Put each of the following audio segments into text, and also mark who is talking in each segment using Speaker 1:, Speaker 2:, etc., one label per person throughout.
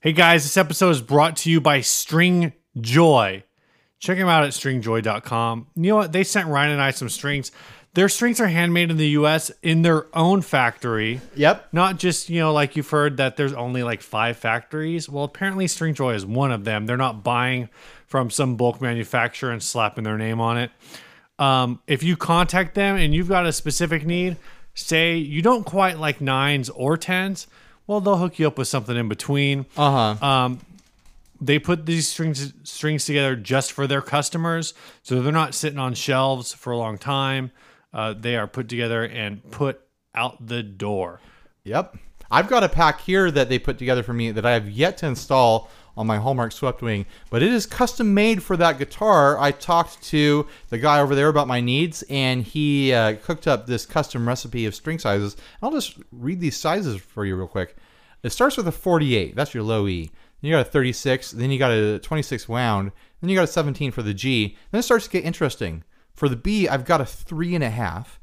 Speaker 1: Hey guys, this episode is brought to you by String Joy. Check them out at stringjoy.com. You know what? They sent Ryan and I some strings. Their strings are handmade in the US in their own factory.
Speaker 2: Yep.
Speaker 1: Not just, you know, like you've heard that there's only like five factories. Well, apparently String Joy is one of them. They're not buying from some bulk manufacturer and slapping their name on it. Um, if you contact them and you've got a specific need, say you don't quite like nines or tens, well, they'll hook you up with something in between Um,
Speaker 2: Uh huh.
Speaker 1: they put these strings strings together just for their customers, so they're not sitting on shelves for a long time. Uh, they are put together and put out the door.
Speaker 2: Yep. I've got a pack here that they put together for me that I have yet to install on my Hallmark Swept Wing, but it is custom made for that guitar. I talked to the guy over there about my needs, and he uh, cooked up this custom recipe of string sizes. I'll just read these sizes for you real quick. It starts with a 48. That's your low E. Then you got a 36. Then you got a 26 wound. Then you got a 17 for the G. Then it starts to get interesting. For the B, I've got a three and a half,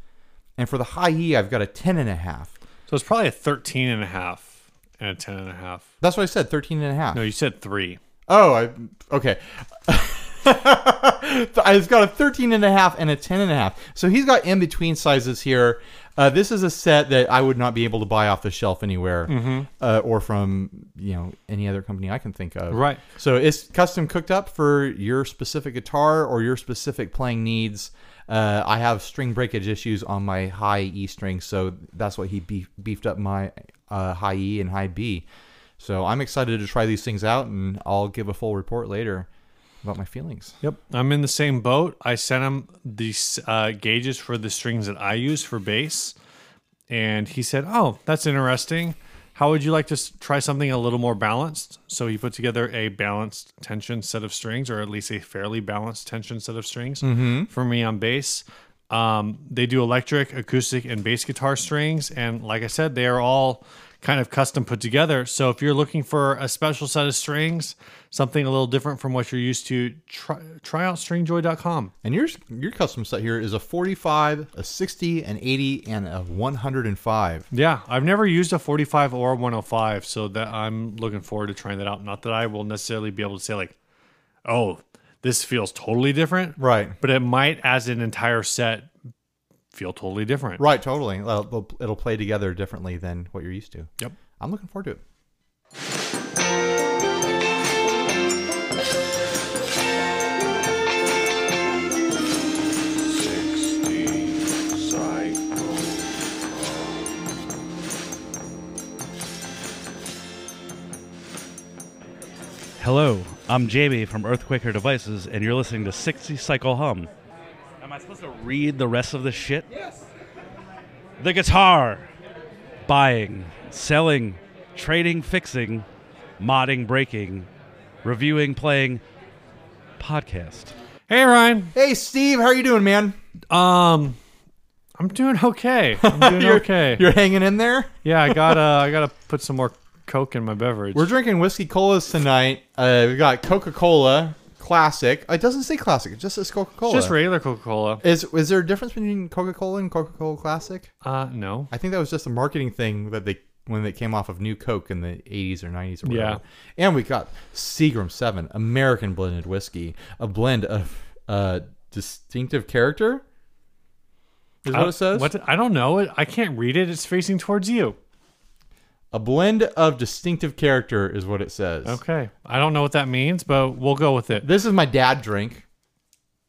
Speaker 2: and for the high E, I've got a ten and a half.
Speaker 1: So it's probably a 13 and a half and a 10 and a half.
Speaker 2: That's what I said, 13 and a half.
Speaker 1: No, you said three.
Speaker 2: oh, I, okay. I've uh, got a 13 and a half and a 10 and a half. So he's got in between sizes here. Uh, this is a set that I would not be able to buy off the shelf anywhere
Speaker 1: Mm-hmm.
Speaker 2: uh, or from, you know, any other company I can think of.
Speaker 1: Right.
Speaker 2: So it's custom cooked up for your specific guitar or your specific playing needs. Uh, I have string breakage issues on my high E string, so that's what he beef, beefed up my uh, high E and high B. So I'm excited to try these things out, and I'll give a full report later about my feelings.
Speaker 1: Yep. I'm in the same boat. I sent him these uh, gauges for the strings that I use for bass, and he said, "Oh, that's interesting. How would you like to s- try something a little more balanced?" So he put together a balanced tension set of strings, or at least a fairly balanced tension set of strings for me on bass. Um, they do electric, acoustic, and bass guitar strings, and like I said, they are all kind of custom put together. So if you're looking for a special set of strings, something a little different from what you're used to, try, try out stringjoy.com.
Speaker 2: And your your custom set here is a 45, a 60, an 80, and a 105.
Speaker 1: Yeah, I've never used a 45 or a 105, so that I'm looking forward to trying that out. Not that I will necessarily be able to say like, "Oh, this feels totally different,"
Speaker 2: Right.
Speaker 1: But it might, as an entire set, feel totally different.
Speaker 2: Right, totally. Well, It'll, it'll play together differently than what you're used to.
Speaker 1: Yep.
Speaker 2: I'm looking forward to it.
Speaker 3: Hello, I'm JB from Earthquaker Devices, and you're listening to 60 Cycle Hum. Am I supposed to read the rest of this shit? Yes. The guitar. Buying, selling, trading, fixing, modding, breaking, reviewing, playing, podcast.
Speaker 1: Hey, Ryan.
Speaker 2: Hey, Steve, how are you doing, man?
Speaker 1: Um, I'm doing okay. I'm doing
Speaker 2: You're-
Speaker 1: okay.
Speaker 2: You're hanging in there?
Speaker 1: Yeah, I gotta, I gotta put some more coke in my beverage.
Speaker 2: We're drinking whiskey colas tonight. Uh, we got Coca Cola Classic. It doesn't say Classic. It just says Coca Cola.
Speaker 1: It's just regular Coca-Cola.
Speaker 2: Is is there a difference between Coca Cola and Coca Cola Classic?
Speaker 1: Uh, no.
Speaker 2: I think that was just a marketing thing that they when they came off of New Coke in the 80s or 90s or whatever.
Speaker 1: Yeah.
Speaker 2: And we got Seagram 7 American blended whiskey, a blend of uh, distinctive character. Is what it says?
Speaker 1: Uh, What? I don't know. I can't read it. It's facing towards you.
Speaker 2: A blend of distinctive character is what it says.
Speaker 1: Okay. I don't know what that means, but we'll go with it.
Speaker 2: This is my dad drink.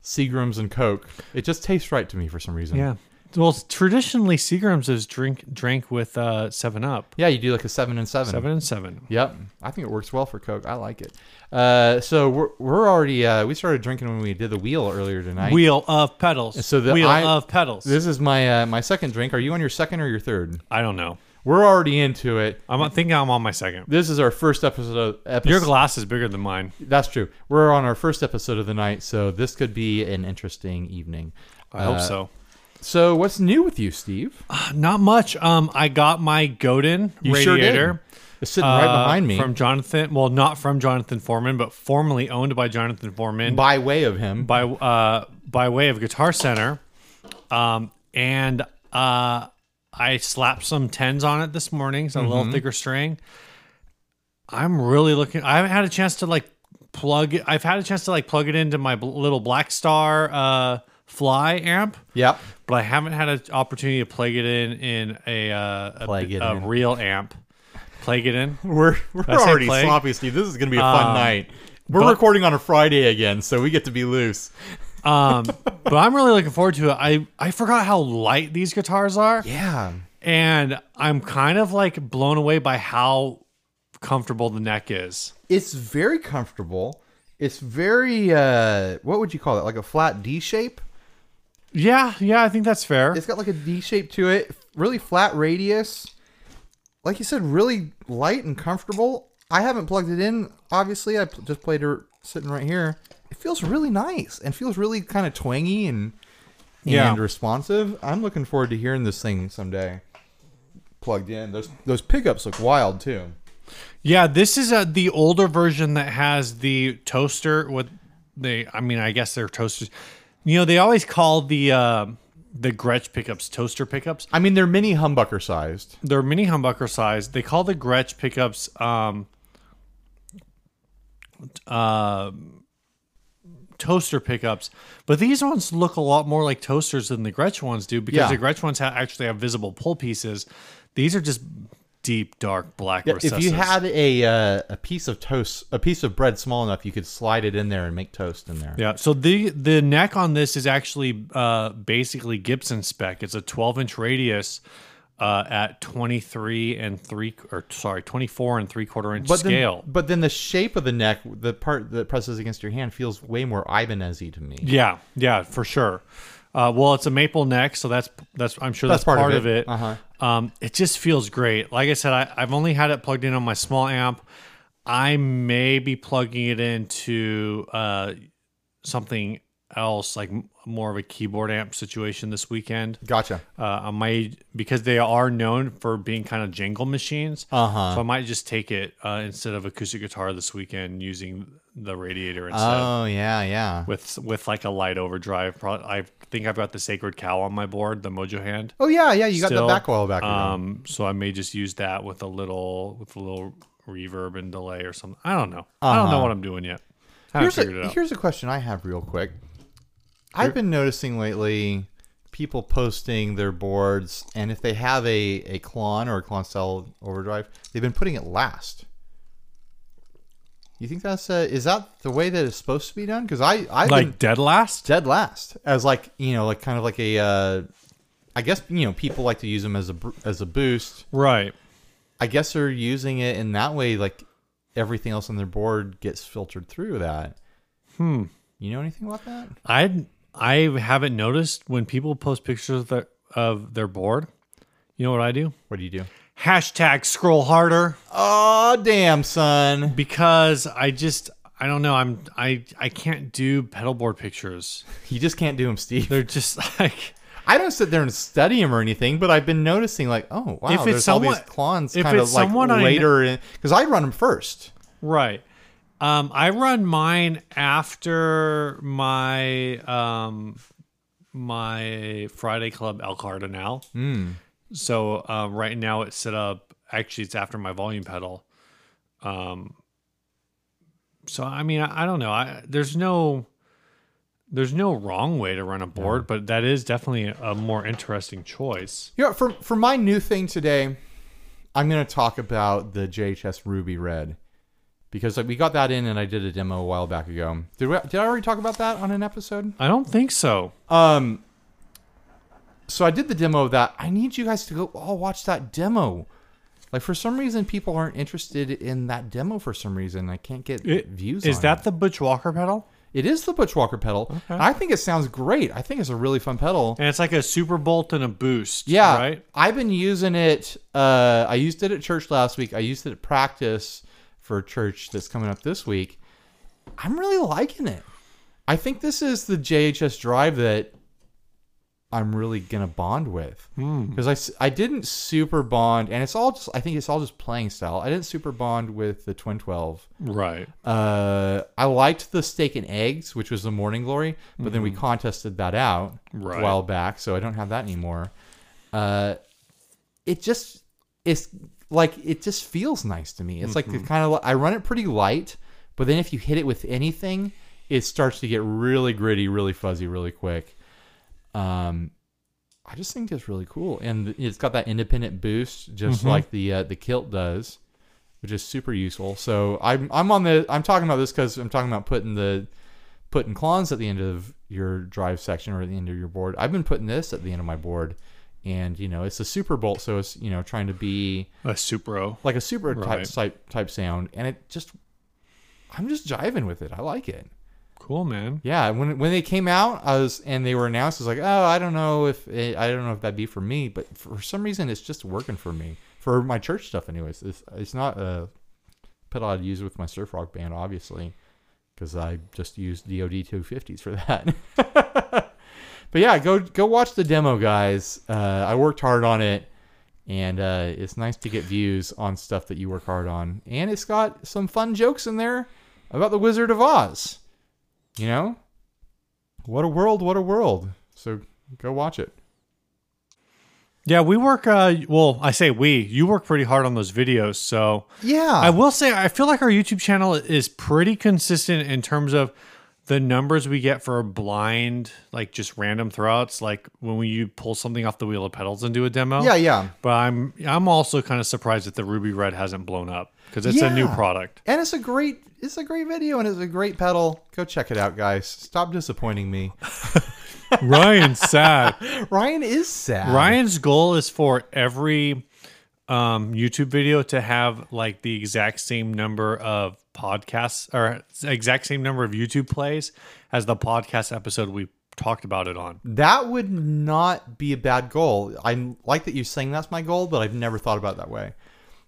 Speaker 2: Seagrams and Coke. It just tastes right to me for some reason.
Speaker 1: Yeah. Well, traditionally Seagrams is drink drank with uh, Seven Up,
Speaker 2: Yeah, you do like a 7 and 7.
Speaker 1: Seven and Seven.
Speaker 2: Yep, I think it works well for Coke. I like it. Uh, so we're, we're already uh, we started drinking when we did the wheel earlier tonight.
Speaker 1: Wheel of Pedals.
Speaker 2: So the
Speaker 1: Wheel
Speaker 2: I-
Speaker 1: of Pedals.
Speaker 2: This is my uh, my second drink. Are you on your second or your third?
Speaker 1: I don't know.
Speaker 2: We're already into it.
Speaker 1: I'm thinking I'm on my second.
Speaker 2: This is our first episode of episode.
Speaker 1: Your glass is bigger than mine.
Speaker 2: That's true. We're on our first episode of the night, so this could be an interesting evening. Uh,
Speaker 1: I hope so.
Speaker 2: So, what's new with you, Steve?
Speaker 1: Not much. Um, I got my Godin
Speaker 2: You sure did.
Speaker 1: radiator.
Speaker 2: It's sitting right
Speaker 1: uh,
Speaker 2: behind me.
Speaker 1: From Jonathan, well, not from Jonathan Foreman, but formerly owned by Jonathan Foreman
Speaker 2: by way of him.
Speaker 1: by uh, by way of Guitar Center, um, and uh, I slapped some tens on it this morning, so a
Speaker 2: Mm-hmm.
Speaker 1: little thicker string. I'm really looking. I haven't had a chance to like plug. it- I've had a chance to like plug it into my bl- little Black Star uh, Fly amp,
Speaker 2: yep.
Speaker 1: but I haven't had an opportunity to plug it in in a uh, a,
Speaker 2: Plug it
Speaker 1: a
Speaker 2: in.
Speaker 1: real amp. Plug it in.
Speaker 2: We're we're
Speaker 1: I say
Speaker 2: already
Speaker 1: play?
Speaker 2: sloppy, Steve. This is going to be a fun night. We're
Speaker 1: but-
Speaker 2: recording on a Friday again, so we get to be loose.
Speaker 1: Um, but I'm really looking forward to it. I I forgot how light these guitars are.
Speaker 2: Yeah.
Speaker 1: and I'm kind of like blown away by how comfortable the neck is.
Speaker 2: It's very comfortable. It's very uh what would you call it? Like a flat D shape?
Speaker 1: Yeah, yeah, I think that's fair.
Speaker 2: It's got like a D shape to it, really flat radius. Like you said, really light and comfortable. I haven't plugged it in, obviously. I pl- just played it sitting right here. It feels really nice and feels really kind of twangy and
Speaker 1: Yeah.
Speaker 2: and responsive. I'm looking forward to hearing this thing someday. Plugged in. Those those pickups look wild too.
Speaker 1: yeah, this is a, the older version that has the toaster with they I mean, I guess they're toasters. You know, they always call the uh, the Gretsch pickups toaster pickups.
Speaker 2: I mean, they're mini humbucker sized.
Speaker 1: They're mini humbucker size. They call the Gretsch pickups um uh, toaster pickups, but these ones look a lot more like toasters than the Gretsch ones do because
Speaker 2: Yeah.
Speaker 1: the Gretsch ones ha- actually have visible pull pieces. These are just deep, dark black
Speaker 2: Yeah,
Speaker 1: recesses.
Speaker 2: If you had a uh, a piece of toast, a piece of bread small enough, you could slide it in there and make toast in there.
Speaker 1: yeah, so the the neck on this is actually uh, basically Gibson spec. It's a 12 inch radius uh, at 23 and three or sorry 24 and three quarter inch
Speaker 2: But
Speaker 1: scale.
Speaker 2: Then, but then the shape of the neck, the part that presses against your hand, feels way more Ibanez-y to me.
Speaker 1: Yeah, yeah, for sure. Uh, well, it's a maple neck, so that's that's I'm sure that's, part, of it.
Speaker 2: Uh-huh.
Speaker 1: Um, it just feels great. Like I said, I, I've only had it plugged in on my small amp. I may be plugging it into uh, something else, like m- more of a keyboard amp situation this weekend.
Speaker 2: Gotcha.
Speaker 1: Uh, I might because they are known for being kind of jingle machines.
Speaker 2: Uh-huh.
Speaker 1: So I might just take it uh, instead of acoustic guitar this weekend using the radiator instead
Speaker 2: Oh yeah, yeah.
Speaker 1: with with like a light overdrive. Pro- I think I've got the Sacred Cow on my board, the Mojo Hand.
Speaker 2: Oh yeah, yeah. You got
Speaker 1: still.
Speaker 2: the back oil back. around.
Speaker 1: Um, so I may just use that with a little with a little reverb and delay or something. I don't know. I don't know what I'm doing yet. I haven't
Speaker 2: Uh-huh. here's
Speaker 1: figured
Speaker 2: a,
Speaker 1: it out.
Speaker 2: here's a question I have real quick. I've been noticing lately people posting their boards, and if they have a a Klon or a Klon cell overdrive, they've been putting it last. You think that's uh is that the way that it's supposed to be done? Because I I
Speaker 1: Like dead last.
Speaker 2: dead last as like you know like kind of like a uh I guess you know people like to use them as a br- as a boost.
Speaker 1: Right.
Speaker 2: I guess they're using it in that way. Like everything else on their board gets filtered through that. Hmm. You know anything about that?
Speaker 1: I I haven't noticed when people post pictures of their, of their board. You know what I do?
Speaker 2: What do you do?
Speaker 1: Hashtag scroll harder.
Speaker 2: Oh damn, son!
Speaker 1: Because I just I don't know. I'm I I can't do pedal board pictures.
Speaker 2: You just can't do them, Steve.
Speaker 1: They're just like
Speaker 2: I don't sit there and study them or anything, but I've been noticing like, oh wow,
Speaker 1: If it's
Speaker 2: there's all these
Speaker 1: someone-
Speaker 2: clones
Speaker 1: if
Speaker 2: kind of
Speaker 1: it's
Speaker 2: like
Speaker 1: someone I
Speaker 2: later because I run them first.
Speaker 1: Right. Um, I run mine after my um, my Friday Club El Cardinal.
Speaker 2: Hmm.
Speaker 1: So uh, right now it's set up. Actually, it's after my volume pedal. Um, so I mean, I, I don't know. I there's no there's no wrong way to run a board, but that is definitely a, a more interesting choice.
Speaker 2: You know, for for my new thing today, I'm going to talk about the JHS Ruby Red because like, we got that in and I did a demo a while back ago. Did we, did I already talk about that on an episode?
Speaker 1: I don't think so.
Speaker 2: Um, so I did the demo of that. I need you guys to go all watch that demo. Like for some reason, people aren't interested in that demo. For some reason, I can't get
Speaker 1: It-
Speaker 2: views.
Speaker 1: Is
Speaker 2: on
Speaker 1: that
Speaker 2: it.
Speaker 1: the Butch Walker pedal?
Speaker 2: It is the Butch Walker pedal. And I think it sounds great. I think it's a really fun pedal.
Speaker 1: And it's like a super bolt and a boost.
Speaker 2: Yeah,
Speaker 1: Right?
Speaker 2: I've been using it. Uh, I used it at church last week. I used it at practice for church that's coming up this week. I'm really liking it. I think this is the JHS drive that I'm really gonna bond with because I s- I, didn't super bond, and it's all just I think it's all just playing style. I didn't super bond with the Twin Twelve.
Speaker 1: Right.
Speaker 2: Uh, I liked the steak and eggs, which was the Morning Glory, but then we contested that out
Speaker 1: Right.
Speaker 2: a while back, so I don't have that anymore. Uh, it just it's like it just feels nice to me. It's like the kind of I run it pretty light, but then if you hit it with anything, it starts to get really gritty, really fuzzy, really quick. Um, I just think it's really cool, and it's got that independent boost, just like the uh, the kilt does which is super useful. So I'm I'm on the I'm talking about this because I'm talking about putting the putting clones at the end of your drive section or at the end of your board. I've been putting this at the end of my board, and you know it's a super bolt, so it's you know trying to be
Speaker 1: A Supro.
Speaker 2: like a super
Speaker 1: Right.
Speaker 2: type type type sound, and it just I'm just jiving with it. I like it.
Speaker 1: Cool, man.
Speaker 2: Yeah, when when they came out, I was and they were announced. I was like, oh, I don't know if it, I don't know if that'd be for me, but for some reason, it's just working for me for my church stuff. Anyways, it's, it's not a pedal I'd use with my surf rock band, obviously, because I just use DoD two fifties for that. but yeah, go go watch the demo, guys. Uh, I worked hard on it, and uh, it's nice to get views on stuff that you work hard on, and it's got some fun jokes in there about the Wizard of Oz. You know, what a world, what a world. So go watch it.
Speaker 1: Yeah, we work. Uh, well, I say we. You work pretty hard on those videos, so
Speaker 2: Yeah.
Speaker 1: I will say I feel like our YouTube channel is pretty consistent in terms of the numbers we get for blind, like just random throwouts, like when we you pull something off the wheel of pedals and do a demo.
Speaker 2: yeah, yeah.
Speaker 1: But I'm I'm also kind of surprised that the Ruby Red hasn't blown up because it's a new
Speaker 2: Yeah.
Speaker 1: product.
Speaker 2: And it's a great it's a great video and it's a great pedal. Go check it out, guys. Stop disappointing me.
Speaker 1: Ryan's sad.
Speaker 2: Ryan is sad.
Speaker 1: Ryan's goal is for every um, YouTube video to have like the exact same number of podcasts or exact same number of YouTube plays as the podcast episode we talked about it on.
Speaker 2: That would not be a bad goal. I like that you're saying that's my goal, but I've never thought about it that way.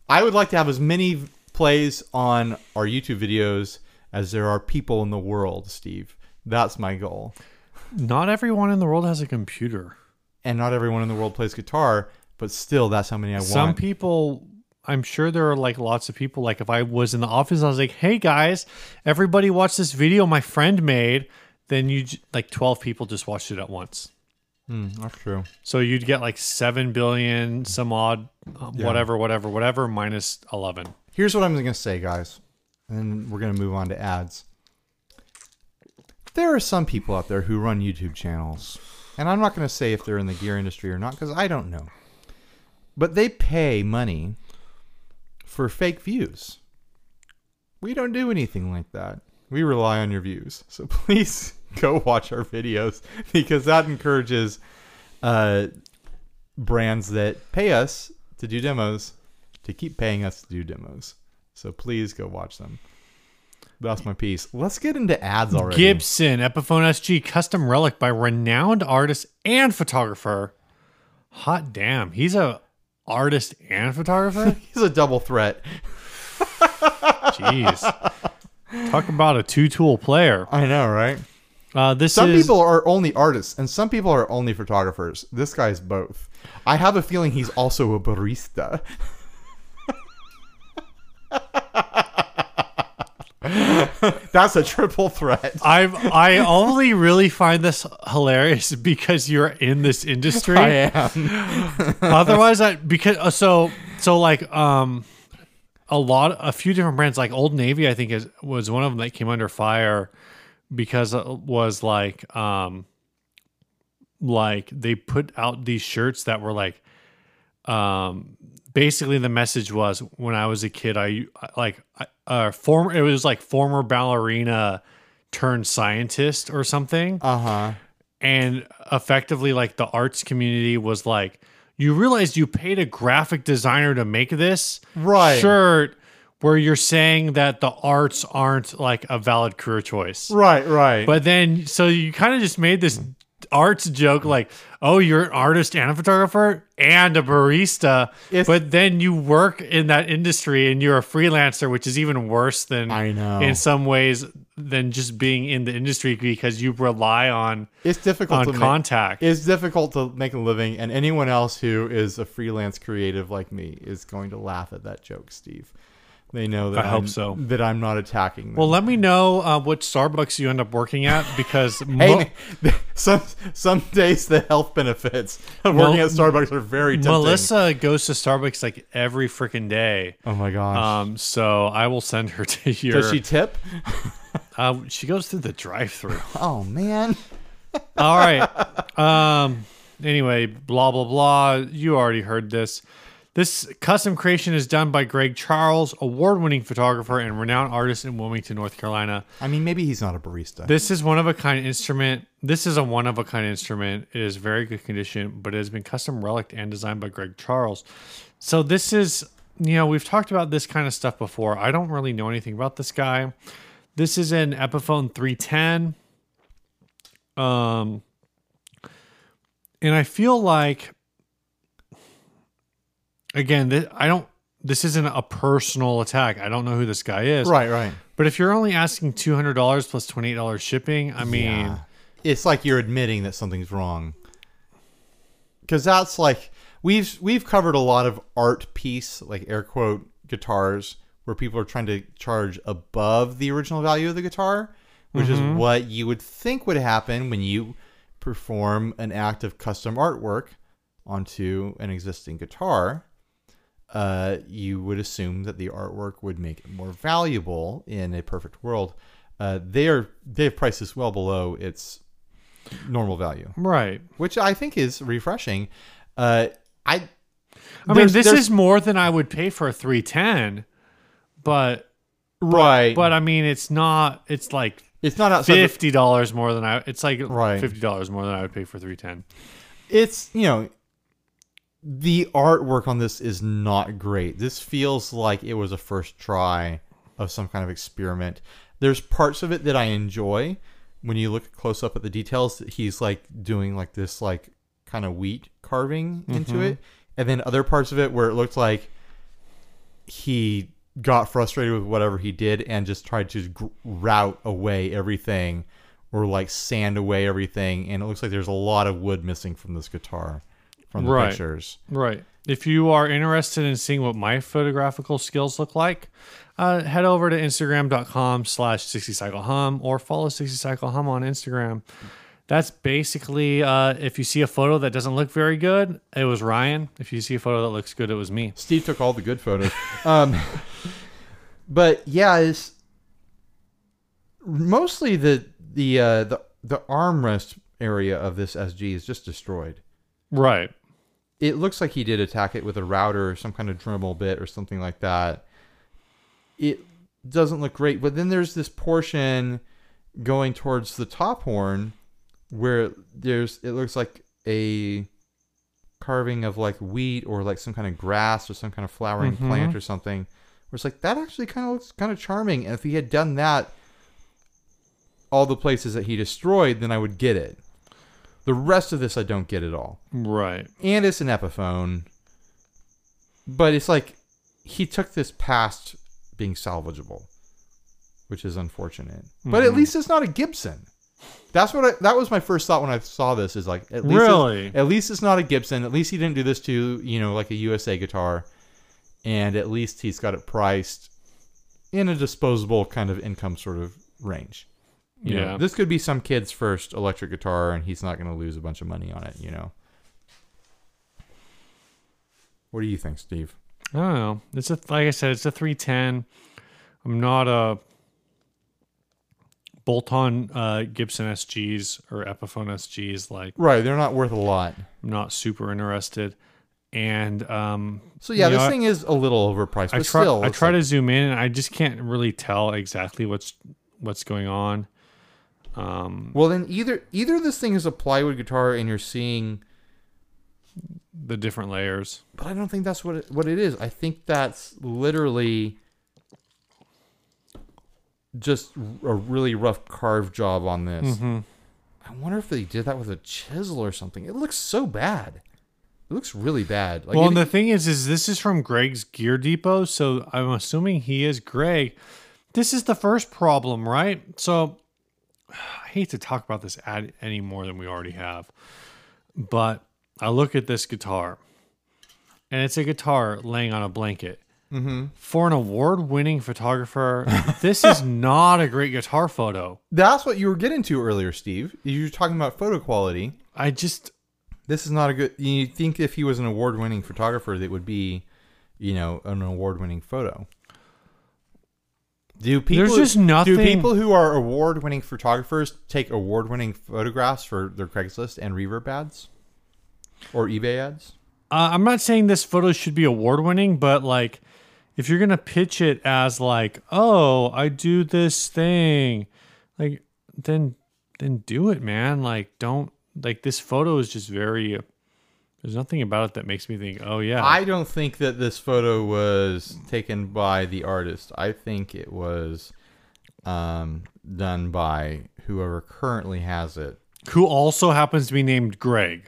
Speaker 2: I would like to have as many v- plays on our YouTube videos as there are people in the world, Steve. That's my goal.
Speaker 1: Not everyone in the world has a computer.
Speaker 2: And not everyone in the world plays guitar, but still that's how many I
Speaker 1: Some
Speaker 2: want.
Speaker 1: people, I'm sure there are like lots of people. Like if I was in the office, I was like, "Hey guys, everybody watch this video my friend made." Then you j- like 12 people just watched it at once.
Speaker 2: Mm, that's true.
Speaker 1: So you'd get like 7 billion, some odd, um,
Speaker 2: Yeah.
Speaker 1: whatever, whatever, whatever, minus 11.
Speaker 2: Here's what I'm going to say, guys, and then we're going to move on to ads. There are some people out there who run YouTube channels, and I'm not going to say if they're in the gear industry or not because I don't know. But they pay money for fake views. We don't do anything like that. We rely on your views. So please go watch our videos because that encourages uh, brands that pay us to do demos to keep paying us to do demos. So please go watch them. That's my piece. Let's get into ads already.
Speaker 1: Gibson Epiphone SG custom relic by renowned artist and photographer. Hot damn, he's a artist and photographer.
Speaker 2: He's a double threat.
Speaker 1: Jeez, talk about a two-tool player.
Speaker 2: I know, right?
Speaker 1: Uh, this
Speaker 2: Some
Speaker 1: is
Speaker 2: people are only artists, and some people are only photographers. This guy's both. I have a feeling he's also a barista. That's a triple threat.
Speaker 1: I've I only really find this hilarious because you're in this industry.
Speaker 2: am.
Speaker 1: Otherwise, I because uh, so so like um a lot a few different brands like Old Navy I think is was one of them that came under fire because it was like um like they put out these shirts that were like um basically the message was when I was a kid I like I- uh former it was like former ballerina turned scientist or something
Speaker 2: Uh huh.
Speaker 1: and effectively like the arts community was like you realized you paid a graphic designer to make this
Speaker 2: Right.
Speaker 1: shirt where you're saying that the arts aren't like a valid career choice.
Speaker 2: Right, right.
Speaker 1: But then, so you kind of just made this arts joke, like, oh, you're an artist and a photographer and a barista.
Speaker 2: If-
Speaker 1: but then you work in that industry and you're a freelancer, which is even worse than
Speaker 2: I know.
Speaker 1: in some ways than just being in the industry because you rely on
Speaker 2: it's difficult
Speaker 1: on
Speaker 2: to make-
Speaker 1: contact.
Speaker 2: it's difficult to make a living, and anyone else who is a freelance creative like me is going to laugh at that joke, Steve. They know that
Speaker 1: I hope
Speaker 2: I'm-
Speaker 1: so.
Speaker 2: that I'm not attacking them.
Speaker 1: well, let me know uh, what Starbucks you end up working at because
Speaker 2: Hey,
Speaker 1: mo-
Speaker 2: man, some some days the health benefits of working
Speaker 1: Mel-
Speaker 2: at Starbucks are very tempting.
Speaker 1: Melissa goes to Starbucks like every freaking day.
Speaker 2: oh my gosh,
Speaker 1: Um, so I will send her to your.
Speaker 2: does she tip?
Speaker 1: uh, she goes through the drive-through.
Speaker 2: Oh man,
Speaker 1: All right. Um. Anyway, blah blah blah. You already heard this. This custom creation is done by Greg Charles, award-winning photographer and renowned artist in Wilmington, North Carolina.
Speaker 2: I mean maybe he's not a barista.
Speaker 1: This is one of a kind instrument. This is a one of a kind instrument. It is very good condition, but it has been custom relic and designed by Greg Charles. So this is, you know, we've talked about this kind of stuff before. I don't really know anything about this guy. This is an Epiphone 310. Um and I feel like again, th- I don't this isn't a personal attack. I don't know who this guy is.
Speaker 2: right, right.
Speaker 1: But if you're only asking two hundred dollars plus twenty eight dollars shipping, I mean,
Speaker 2: Yeah. It's like you're admitting that something's wrong. Cuz that's like we've we've covered a lot of art piece like air quote guitars where people are trying to charge above the original value of the guitar, which is what you would think would happen when you perform an act of custom artwork onto an existing guitar. Uh, you would assume that the artwork would make it more valuable in a perfect world. Uh, they are they have priced this well below its normal value,
Speaker 1: right?
Speaker 2: which I think is refreshing. Uh, I,
Speaker 1: I mean,
Speaker 2: there's-
Speaker 1: this
Speaker 2: there's-
Speaker 1: is more than I would pay for a three ten, but
Speaker 2: right,
Speaker 1: but I mean, it's not. It's like
Speaker 2: it's not outside. the-
Speaker 1: fifty dollars more than I. It's like
Speaker 2: Right.
Speaker 1: fifty dollars more than I would pay for three ten.
Speaker 2: it's you know the artwork on this is not great this feels like it was a first try of some kind of experiment there's parts of it that i enjoy when you look close up at the details he's like doing like this like kind of wheat carving into it and then other parts of it where it looked like he got frustrated with whatever he did and just tried to gr- route away everything or like sand away everything and it looks like there's a lot of wood missing from this guitar from the
Speaker 1: Right.
Speaker 2: pictures
Speaker 1: Right. If you are interested in seeing what my photographical skills look like, uh, head over to Instagram.com slash 60 Cycle Hum or follow 60 Cycle Hum on Instagram. That's basically uh, if you see a photo that doesn't look very good, it was Ryan. If you see a photo that looks good, it was me.
Speaker 2: steve took all the good photos um, but yeah it's mostly the the uh the, the armrest area of this sg is just destroyed
Speaker 1: Right.
Speaker 2: it looks like he did attack it with a router or some kind of Dremel bit or something like that. It doesn't look great, but then there's this portion going towards the top horn where there's it looks like a carving of like wheat or like some kind of grass or some kind of flowering plant or something. Where it's like that actually kind of looks kind of charming. And if he had done that all the places that he destroyed, then I would get it. The rest of this I don't get at all
Speaker 1: Right.
Speaker 2: and it's an epiphone but it's like he took this past being salvageable which is unfortunate but at least it's not a gibson that's what I, that was my first thought when i saw this is like at least it's-
Speaker 1: Really?
Speaker 2: at least it's not a gibson at least he didn't do this to you know like a usa guitar and at least he's got it priced in a disposable kind of income sort of range you know,
Speaker 1: Yeah.
Speaker 2: this could be some kid's first electric guitar, and he's not going to lose a bunch of money on it. You know. What do you think, Steve?
Speaker 1: I don't know. It's a like I said, it's a three ten. I'm not a bolt on uh, Gibson SGs or Epiphone SGs. Like
Speaker 2: Right, they're not worth a lot.
Speaker 1: I'm not super interested. And um,
Speaker 2: So yeah,
Speaker 1: you know,
Speaker 2: this
Speaker 1: I-
Speaker 2: thing is a little overpriced,
Speaker 1: I
Speaker 2: but
Speaker 1: try
Speaker 2: still,
Speaker 1: I
Speaker 2: it's
Speaker 1: try
Speaker 2: like-
Speaker 1: to zoom in, and I just can't really tell exactly what's what's going on. Um,
Speaker 2: Well, then either either this thing is a plywood guitar, and you're seeing,
Speaker 1: the different layers.
Speaker 2: but I don't think that's what it, what it is. I think that's literally just a really rough carve job on this. I wonder if they did that with a chisel or something. It looks so bad. It looks really bad. Like
Speaker 1: Well,
Speaker 2: it-
Speaker 1: and the thing is, is this is from Greg's Gear Depot, so I'm assuming he is Greg. This is the first problem, right? So I hate to talk about this ad any more than we already have, but I look at this guitar, and it's a guitar laying on a blanket.
Speaker 2: Mm-hmm.
Speaker 1: For an award-winning photographer, this is not a great guitar photo.
Speaker 2: that's what you were getting to earlier, Steve. You were talking about photo quality.
Speaker 1: I just
Speaker 2: This is not a good. You think if he was an award-winning photographer, that would be, you know, an award-winning photo. Do people?
Speaker 1: There's just
Speaker 2: Do
Speaker 1: nothing-
Speaker 2: people who are award-winning photographers take award-winning photographs for their Craigslist and Reverb ads, or eBay ads?
Speaker 1: Uh, I'm not saying this photo should be award winning, but like, if you're gonna pitch it as like, oh, I do this thing, like, then then do it, man. Like, don't like this photo is just very. There's nothing about it that makes me think, oh yeah,
Speaker 2: I don't think that this photo was taken by the artist. I think it was um, done by whoever currently has it.
Speaker 1: who also happens to be named Greg.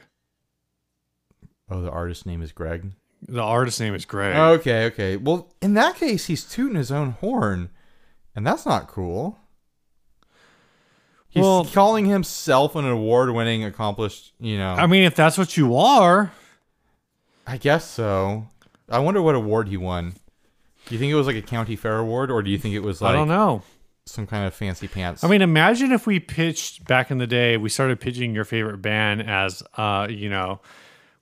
Speaker 2: Oh, the artist's name is Greg.
Speaker 1: The artist's name is Greg.
Speaker 2: Okay, okay. Well, in that case, he's tooting his own horn, and that's not cool. He's
Speaker 1: Well-
Speaker 2: calling himself an award-winning, accomplished. You know,
Speaker 1: I mean, if that's what you are,
Speaker 2: I guess so. I wonder what award he won. Do you think it was like a county fair award, or do you think it was
Speaker 1: I
Speaker 2: like
Speaker 1: don't know.
Speaker 2: some kind of fancy pants?
Speaker 1: I mean, imagine if we pitched back in the day, we started pitching your favorite band as, uh, you know,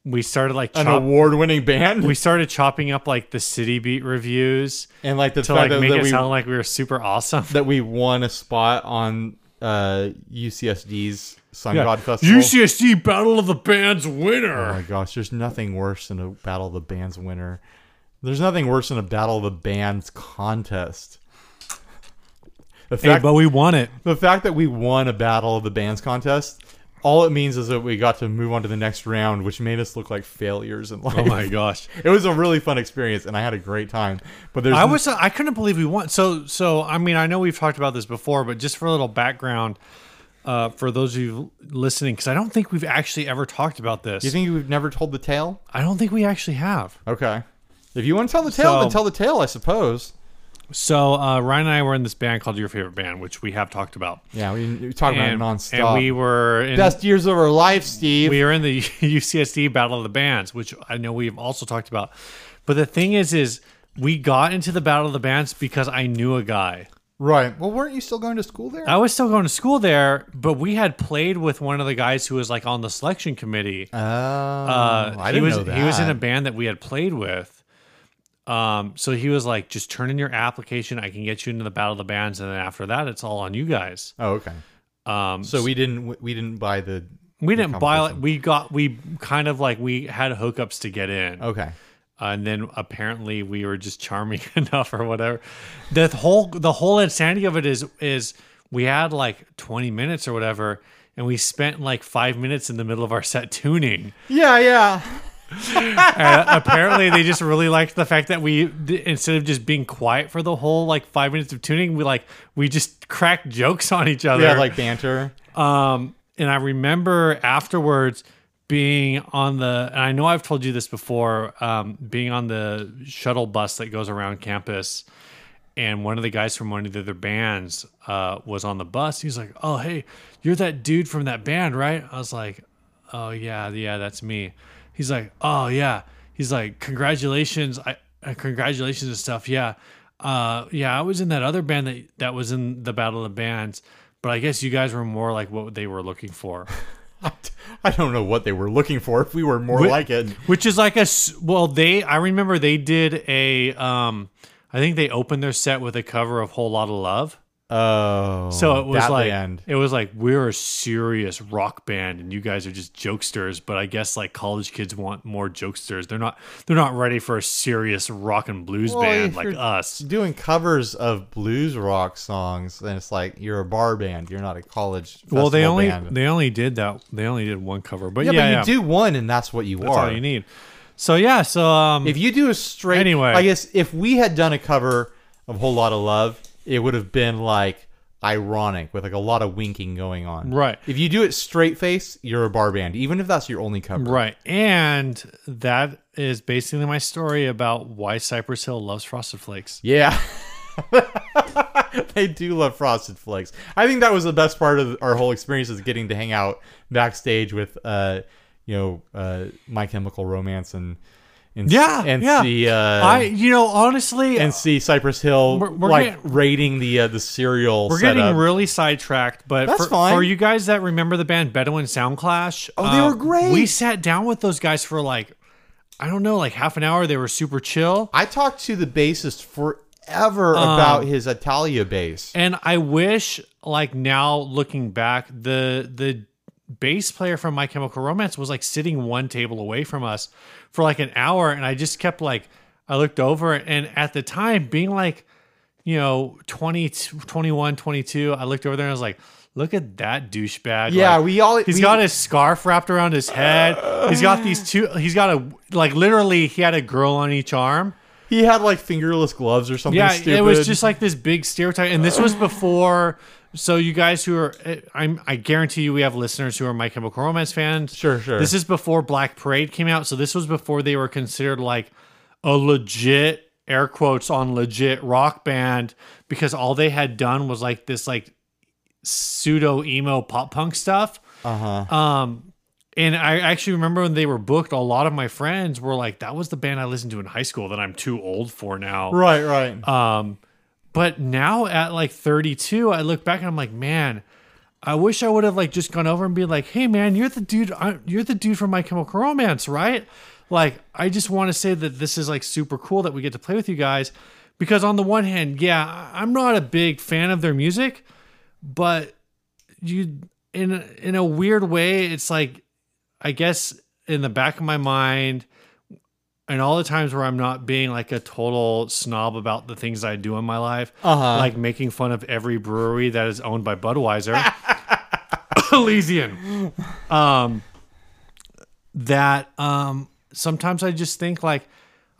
Speaker 1: we started like
Speaker 2: an
Speaker 1: chop-
Speaker 2: award-winning band,
Speaker 1: we started chopping up like the city beat reviews
Speaker 2: and like the
Speaker 1: to
Speaker 2: fact
Speaker 1: like
Speaker 2: that,
Speaker 1: make
Speaker 2: that
Speaker 1: it
Speaker 2: we
Speaker 1: sound like we were super awesome.
Speaker 2: that we won a spot on uh, UCSD's Sun God Festival.
Speaker 1: UCSD Battle of the Bands
Speaker 2: Oh my
Speaker 1: winner.
Speaker 2: gosh, there's nothing worse than a Battle of the Bands winner. There's nothing worse than a Battle of the Bands contest. The
Speaker 1: Hey,
Speaker 2: fact,
Speaker 1: but we won it.
Speaker 2: the fact that we won a Battle of the Bands contest, all it means is that we got to move on to the next round, which made us look like failures in life.
Speaker 1: Oh my gosh.
Speaker 2: It was a really fun experience, and I had a great time. But there's
Speaker 1: I was I couldn't believe we won. So so I mean I know we've talked about this before, but just for a little background uh, for those of you listening, because I don't think we've actually ever talked about this.
Speaker 2: you think we've never told the tale?
Speaker 1: I don't think we actually have.
Speaker 2: Okay. If you want to tell the tale, then
Speaker 1: So-
Speaker 2: tell the tale, I suppose.
Speaker 1: So uh, Ryan and I were in this band called Your Favorite Band, which we have talked about.
Speaker 2: Yeah, we, we talk about it
Speaker 1: And,
Speaker 2: nonstop.
Speaker 1: and we were in
Speaker 2: Best years of our life, Steve.
Speaker 1: we are in the UCSD Battle of the Bands, which I know we've also talked about. But the thing is, is we got into the Battle of the Bands because I knew a guy.
Speaker 2: Right. Well, weren't you still going to school there?
Speaker 1: I was still going to school there, but we had played with one of the guys who was like on the selection committee.
Speaker 2: Oh,
Speaker 1: Uh,
Speaker 2: I
Speaker 1: he
Speaker 2: didn't
Speaker 1: was
Speaker 2: know that.
Speaker 1: he was in a band that we had played with. Um, so he was like, just turn in your application. I can get you into the Battle of the Bands, and then after that, it's all on you guys.
Speaker 2: Oh, okay.
Speaker 1: Um,
Speaker 2: So we didn't we didn't buy the.
Speaker 1: we didn't buy.
Speaker 2: competition.
Speaker 1: We got we kind of like we had hookups to get in.
Speaker 2: Okay.
Speaker 1: Uh, and then apparently we were just charming enough or whatever. The whole the whole insanity of it is is we had like 20 minutes or whatever and we spent like 5 minutes in the middle of our set tuning.
Speaker 2: Yeah, yeah.
Speaker 1: And apparently they just really liked the fact that we d- instead of just being quiet for the whole like 5 minutes of tuning, we like we just cracked jokes on each other.
Speaker 2: Yeah, like banter.
Speaker 1: Um, and I remember afterwards being on the, and I know I've told you this before, um, being on the shuttle bus that goes around campus. And one of the guys from one of the other bands uh, was on the bus. He's like, Oh, hey, you're that dude from that band, right? I was like, Oh, yeah, yeah, that's me. He's like, Oh, yeah. He's like, Congratulations. I, uh, congratulations and stuff. Yeah. Uh, yeah, I was in that other band that, that was in the Battle of the Bands, but I guess you guys were more like what they were looking for,
Speaker 2: I don't know what they were looking for. If we were more
Speaker 1: Wh-
Speaker 2: like it,
Speaker 1: which is like a s- well, they I remember they did a um, I think they opened their set with a cover of Whole Lot of Love.
Speaker 2: oh,
Speaker 1: So it was
Speaker 2: that
Speaker 1: like
Speaker 2: band.
Speaker 1: it was like we're a serious rock band and you guys are just jokesters, but I guess like college kids want more jokesters. They're not they're not ready for a serious rock and blues
Speaker 2: Well, if
Speaker 1: band like
Speaker 2: you're
Speaker 1: us.
Speaker 2: doing covers of blues rock songs, then it's like you're a bar band. You're not a college.
Speaker 1: Well, they
Speaker 2: festival
Speaker 1: only
Speaker 2: band.
Speaker 1: they only did that they only did one cover, but
Speaker 2: yeah,
Speaker 1: yeah,
Speaker 2: but you
Speaker 1: yeah,
Speaker 2: do one, and that's what you
Speaker 1: that's
Speaker 2: are.
Speaker 1: all you need. So yeah, so um,
Speaker 2: If you do a straight,
Speaker 1: Anyway.
Speaker 2: I guess if we had done a cover of "Whole Lot of Love," it would have been like ironic with like a lot of winking going on.
Speaker 1: Right.
Speaker 2: If you do it straight face, you're a bar band, even if that's your only cover.
Speaker 1: Right. And that is basically my story about why Cypress Hill loves Frosted Flakes.
Speaker 2: Yeah. they do love Frosted Flakes. I think that was the best part of our whole experience is getting to hang out backstage with uh you know uh My Chemical Romance and and and see uh
Speaker 1: I, you know, honestly,
Speaker 2: and see Cypress Hill
Speaker 1: We're- we're
Speaker 2: like
Speaker 1: getting-
Speaker 2: raiding the uh, the cereal
Speaker 1: we're
Speaker 2: setup.
Speaker 1: getting really sidetracked, but
Speaker 2: That's
Speaker 1: for,
Speaker 2: fine.
Speaker 1: for you guys that remember the band Bedouin Sound Clash,
Speaker 2: Oh, they were great.
Speaker 1: um, We sat down with those guys for like, I don't know, like half an hour. They were super chill.
Speaker 2: I talked to the bassist forever
Speaker 1: Um,
Speaker 2: about his Italia bass.
Speaker 1: And I wish, like now looking back, the the bass player from My Chemical Romance was like sitting one table away from us for like an hour, and I just kept like I looked over, and at the time being like, you know, 20, 21, 22, I looked over there and I was like. Look at that douchebag!
Speaker 2: Yeah,
Speaker 1: Like,
Speaker 2: we all-
Speaker 1: He's
Speaker 2: we-
Speaker 1: got his scarf wrapped around his head. he's got these two. He's got a like literally. He had a girl on each arm.
Speaker 2: He had like fingerless gloves or something
Speaker 1: Yeah,
Speaker 2: stupid.
Speaker 1: it was just like this big stereotype, and this was before. So you guys who are, eh, I'm, I guarantee you, we have listeners who are My Chemical Romance fans.
Speaker 2: Sure, sure.
Speaker 1: This is before Black Parade came out, so this was before they were considered like a legit air quotes on legit rock band because all they had done was like this like pseudo emo pop punk stuff.
Speaker 2: Uh-huh.
Speaker 1: Um, and I actually remember when they were booked, a lot of my friends were like, "That was the band I listened to in high school that I'm too old for now."
Speaker 2: right, right.
Speaker 1: Um, but now at like 32, I look back and I'm like, man, I wish I would have like just gone over and be like, hey man, you're the dude, I, you're the dude from My Chemical Romance, right? Like, I just want to say that this is like super cool that we get to play with you guys, because on the one hand, yeah, I- I'm not a big fan of their music, but you in a- in a weird way, it's like, I guess in the back of my mind, and all the times where I'm not being like a total snob about the things I do in my life,
Speaker 2: Uh-huh.
Speaker 1: like making fun of every brewery that is owned by Budweiser, Elysian, um, that um, sometimes I just think like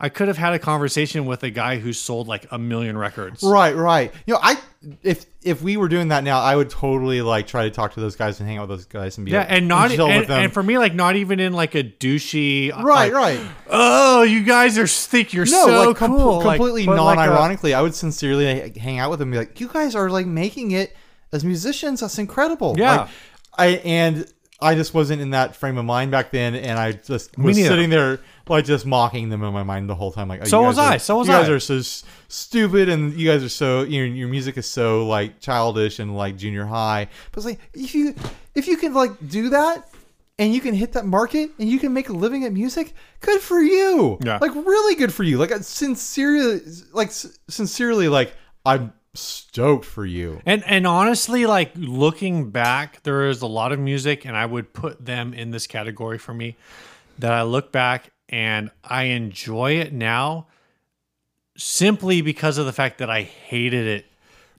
Speaker 1: I could have had a conversation with a guy who sold like a million records.
Speaker 2: Right, right. You know, I if if we were doing that now, I would totally like try to talk to those guys and hang out with those guys and be
Speaker 1: Yeah,
Speaker 2: like,
Speaker 1: and not e-,
Speaker 2: chill
Speaker 1: and,
Speaker 2: with them.
Speaker 1: and for me, like not even in like a douchey, uh,
Speaker 2: right,
Speaker 1: like,
Speaker 2: right.
Speaker 1: Oh, you guys are think you're
Speaker 2: No,
Speaker 1: so
Speaker 2: like com-
Speaker 1: cool, Like,
Speaker 2: completely
Speaker 1: but like uh, a-
Speaker 2: non-ironically, I would sincerely like, hang out with them and be like, "You guys are like making it as musicians. That's incredible."
Speaker 1: Yeah.
Speaker 2: Like, I and I just wasn't in that frame of mind back then, and I just was
Speaker 1: neither.
Speaker 2: sitting there like just mocking them in my mind the whole time. Like, oh,
Speaker 1: So
Speaker 2: you
Speaker 1: was
Speaker 2: guys are-
Speaker 1: I, so was
Speaker 2: you guys
Speaker 1: I.
Speaker 2: are so s- stupid, and you guys are so your your music is so like childish and like junior high. But it's like if you if you can like do that. And you can hit that market, and you can make a living at music. Good for you!
Speaker 1: Yeah.
Speaker 2: Like really good for you. Like I sincerely, like s- sincerely, like I'm stoked for you.
Speaker 1: And and honestly, like looking back, there is a lot of music, and I would put them in this category for me. That I look back and I enjoy it now, simply because of the fact that I hated it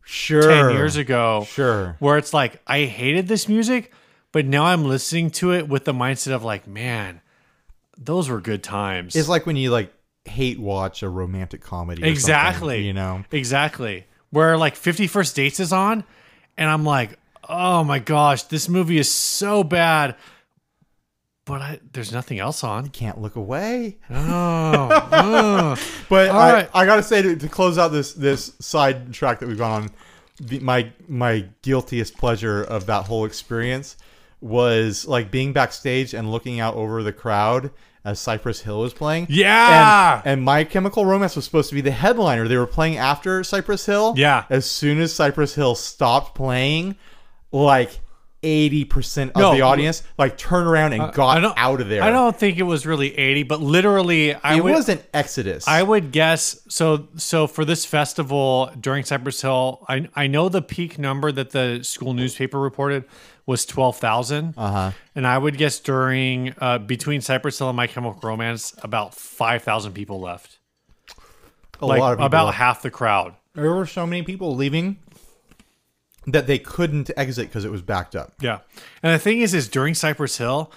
Speaker 2: Sure.
Speaker 1: ten years ago.
Speaker 2: Sure.
Speaker 1: where it's like I hated this music, but now I'm listening to it with the mindset of like, man, those were good times.
Speaker 2: It's like when you like hate watch a romantic comedy. or
Speaker 1: Exactly.
Speaker 2: something, You know.
Speaker 1: Exactly. Where like 51st Dates is on and I'm like, "Oh my gosh, this movie is so bad." But I, there's nothing else on.
Speaker 2: Can't look away.
Speaker 1: Oh. ugh.
Speaker 2: But
Speaker 1: All
Speaker 2: I,
Speaker 1: right.
Speaker 2: I gotta say to, to close out this this side track that we've gone on, the, my my guiltiest pleasure of that whole experience was like being backstage and looking out over the crowd as Cypress Hill was playing.
Speaker 1: Yeah!
Speaker 2: And, and My Chemical Romance was supposed to be the headliner. They were playing after Cypress Hill.
Speaker 1: Yeah.
Speaker 2: As soon as Cypress Hill stopped playing, like. 80% of
Speaker 1: No.
Speaker 2: the audience like turned around and
Speaker 1: I
Speaker 2: got
Speaker 1: don't-
Speaker 2: out of there.
Speaker 1: I don't think it was really 80, but literally I
Speaker 2: It
Speaker 1: would,
Speaker 2: was an exodus.
Speaker 1: I would guess so. So for this festival during Cypress Hill, I I know the peak number that the school newspaper reported was twelve thousand. Uh
Speaker 2: Uh-huh.
Speaker 1: huh. And I would guess during uh, between Cypress Hill and My Chemical Romance, about five thousand people left.
Speaker 2: a
Speaker 1: like
Speaker 2: lot of people
Speaker 1: about half the crowd.
Speaker 2: There were so many people leaving that they couldn't exit because it was backed up.
Speaker 1: Yeah. And the thing is, is during Cypress Hill,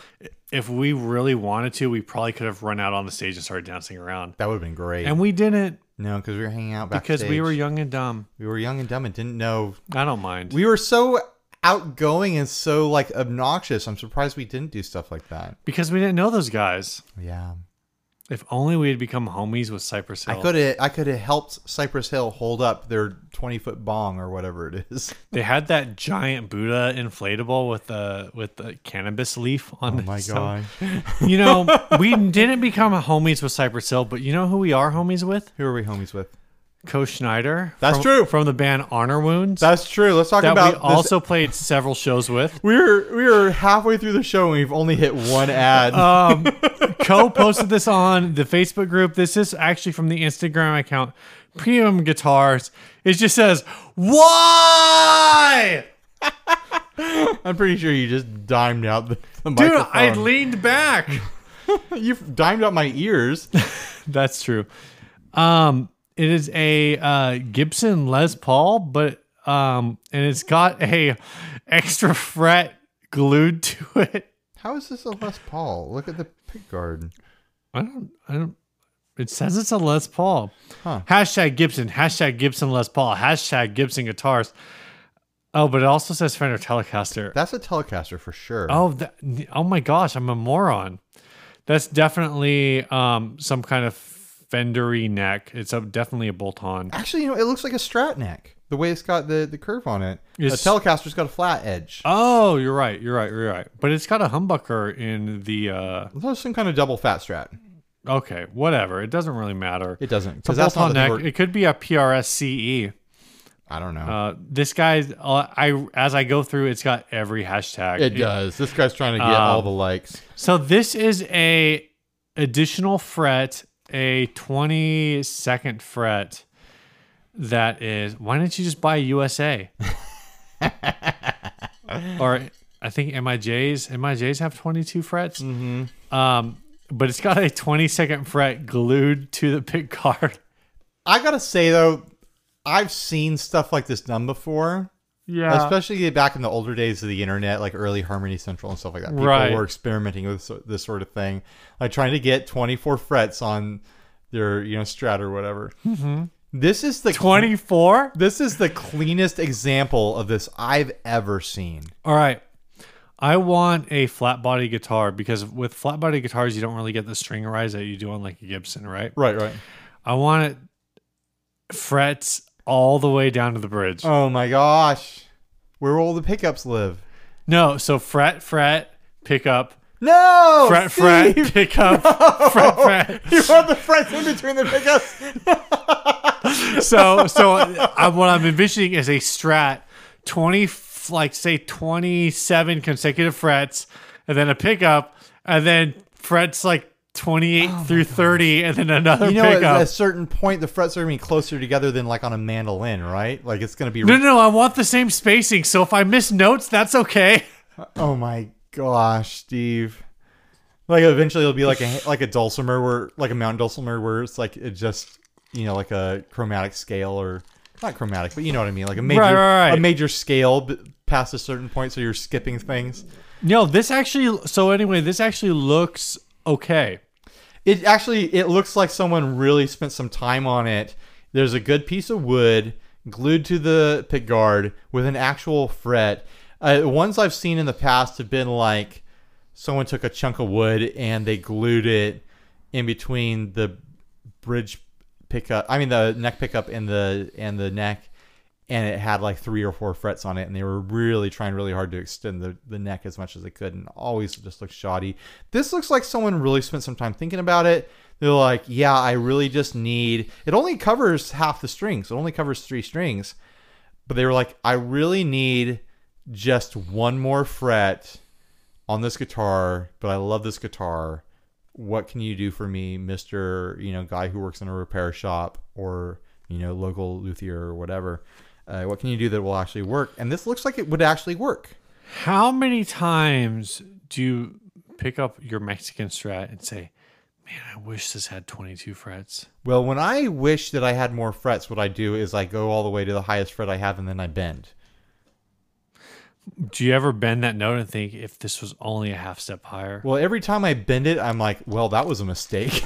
Speaker 1: if we really wanted to, we probably could have run out on the stage and started dancing around,
Speaker 2: That would have been great.
Speaker 1: and we didn't.
Speaker 2: No, because we were hanging out backstage.
Speaker 1: because we were young and dumb.
Speaker 2: we were young and dumb and didn't know.
Speaker 1: I don't mind.
Speaker 2: We were so outgoing and so like obnoxious. I'm surprised we didn't do stuff like that.
Speaker 1: because we didn't know those guys.
Speaker 2: Yeah,
Speaker 1: If only we had become homies with Cypress Hill.
Speaker 2: I could have. I could have helped Cypress Hill hold up their 20 foot bong or whatever it is.
Speaker 1: They had that giant Buddha inflatable with the with the cannabis leaf on.
Speaker 2: Oh
Speaker 1: it,
Speaker 2: my
Speaker 1: so-
Speaker 2: god,
Speaker 1: You know, we didn't become homies with Cypress Hill, but you know who we are homies with?
Speaker 2: who are we homies with?
Speaker 1: Co Schneider.
Speaker 2: That's
Speaker 1: from-
Speaker 2: true.
Speaker 1: From the band Honor Wounds.
Speaker 2: That's true. Let's talk
Speaker 1: that we
Speaker 2: about this-
Speaker 1: also played several shows with.
Speaker 2: We were we were halfway through the show and we've only hit one ad.
Speaker 1: Co posted this on the Facebook group. This is actually from the Instagram account, Premium Guitars. It just says, Why?
Speaker 2: I'm pretty sure you just dimed out the, the
Speaker 1: Dude,
Speaker 2: microphone.
Speaker 1: I leaned back.
Speaker 2: you dimed out my ears.
Speaker 1: That's true. Um, it is a uh, Gibson Les Paul, but um, and it's got a extra fret glued to it.
Speaker 2: How is this a Les Paul? Look at the pick guard.
Speaker 1: I don't. I don't. It says it's a Les Paul.
Speaker 2: Huh.
Speaker 1: Hashtag Gibson. Hashtag Gibson Les Paul. Hashtag Gibson guitars. Oh, but it also says Fender Telecaster.
Speaker 2: That's a Telecaster for sure.
Speaker 1: oh, that, oh my gosh! I'm a moron. That's definitely um, some kind of Fendery neck. It's a, definitely a bolt-on.
Speaker 2: actually, you know, it looks like a Strat neck. The way it's got the, the curve on it.
Speaker 1: It's-
Speaker 2: a Telecaster's got a flat edge.
Speaker 1: Oh, you're right. You're right. You're right. But it's got a humbucker in the. uh
Speaker 2: That's some kind of double fat Strat.
Speaker 1: Okay, whatever. It doesn't really matter.
Speaker 2: It doesn't
Speaker 1: It's a
Speaker 2: because that's
Speaker 1: bolt-on
Speaker 2: not the thing
Speaker 1: neck.
Speaker 2: we're-
Speaker 1: It could be a PRSCE.
Speaker 2: I don't know.
Speaker 1: E. Uh, this guy's. Uh, I as I go through, it's got every hashtag.
Speaker 2: it does. This guy's trying to get
Speaker 1: Um,
Speaker 2: all the likes.
Speaker 1: So this is a additional fret, a twenty second fret. That is. Why didn't you just buy a USA? or I think MIJs. MIJs have twenty two frets. Mm-hmm. Um, but it's got a twenty second fret glued to the pick guard.
Speaker 2: I gotta say though, I've seen stuff like this done before.
Speaker 1: Yeah.
Speaker 2: especially back in the older days of the internet, like early Harmony Central and stuff like that. People
Speaker 1: Right.
Speaker 2: were experimenting with so- this sort of thing, like trying to get 24 frets on their you know Strat or whatever. Mm-hmm. This is the
Speaker 1: twenty four.
Speaker 2: This is the cleanest example of this I've ever seen.
Speaker 1: All right. I want a flat body guitar because with flat body guitars, you don't really get the string rise that you do on like a Gibson, right?
Speaker 2: Right, right.
Speaker 1: I want it frets all the way down to the bridge.
Speaker 2: Oh my gosh, where will all the pickups live?
Speaker 1: No, so fret, fret, pick up,
Speaker 2: No,
Speaker 1: fret,
Speaker 2: Oh, Steve!
Speaker 1: fret, pick up, fret, fret.
Speaker 2: You want the frets in between the pickups?
Speaker 1: so so I, what I'm envisioning is a strat 20 f- like say 27 consecutive frets and then a pickup and then frets like 28 through 30 and then another
Speaker 2: Oh You know, at
Speaker 1: pickup.
Speaker 2: a certain point, the frets are gonna be closer together than like on a mandolin, right? Like it's gonna be
Speaker 1: No, no, no, I want the same spacing. So if I miss notes, that's okay.
Speaker 2: Oh my gosh, Steve. Like eventually it'll be like a like a dulcimer where like a mountain dulcimer where it's like it just you know like a chromatic scale or not chromatic but you know what I mean like a major
Speaker 1: Right, right, right.
Speaker 2: a major scale b- past a certain point so you're skipping things.
Speaker 1: No, this actually. So anyway, this actually looks okay.
Speaker 2: It actually it looks like someone really spent some time on it. There's a good piece of wood glued to the pick guard with an actual fret. Uh, ones I've seen in the past have been like someone took a chunk of wood and they glued it in between the bridge pickup. I mean the neck pickup and the and the neck, and it had like three or four frets on it, and they were really trying really hard to extend the, the neck as much as they could, and always just looked shoddy. This looks like someone really spent some time thinking about it. They're like, yeah, I really just need. It only covers half the strings. It only covers three strings but they were like, I really need just one more fret on this guitar, but I love this guitar. What can you do for me, Mister? You know, guy who works in a repair shop or you know, local luthier or whatever. Uh, what can you do that will actually work? And this looks like it would actually work.
Speaker 1: How many times do you pick up your Mexican strat and say, "Man, I wish this had 22 frets"?
Speaker 2: Well, when I wish that I had more frets, what I do is I go all the way to the highest fret I have, and then I bend.
Speaker 1: Do you ever bend that note and think if this was only a half step higher?
Speaker 2: Well, every time I bend it, I'm like, well, that was a mistake.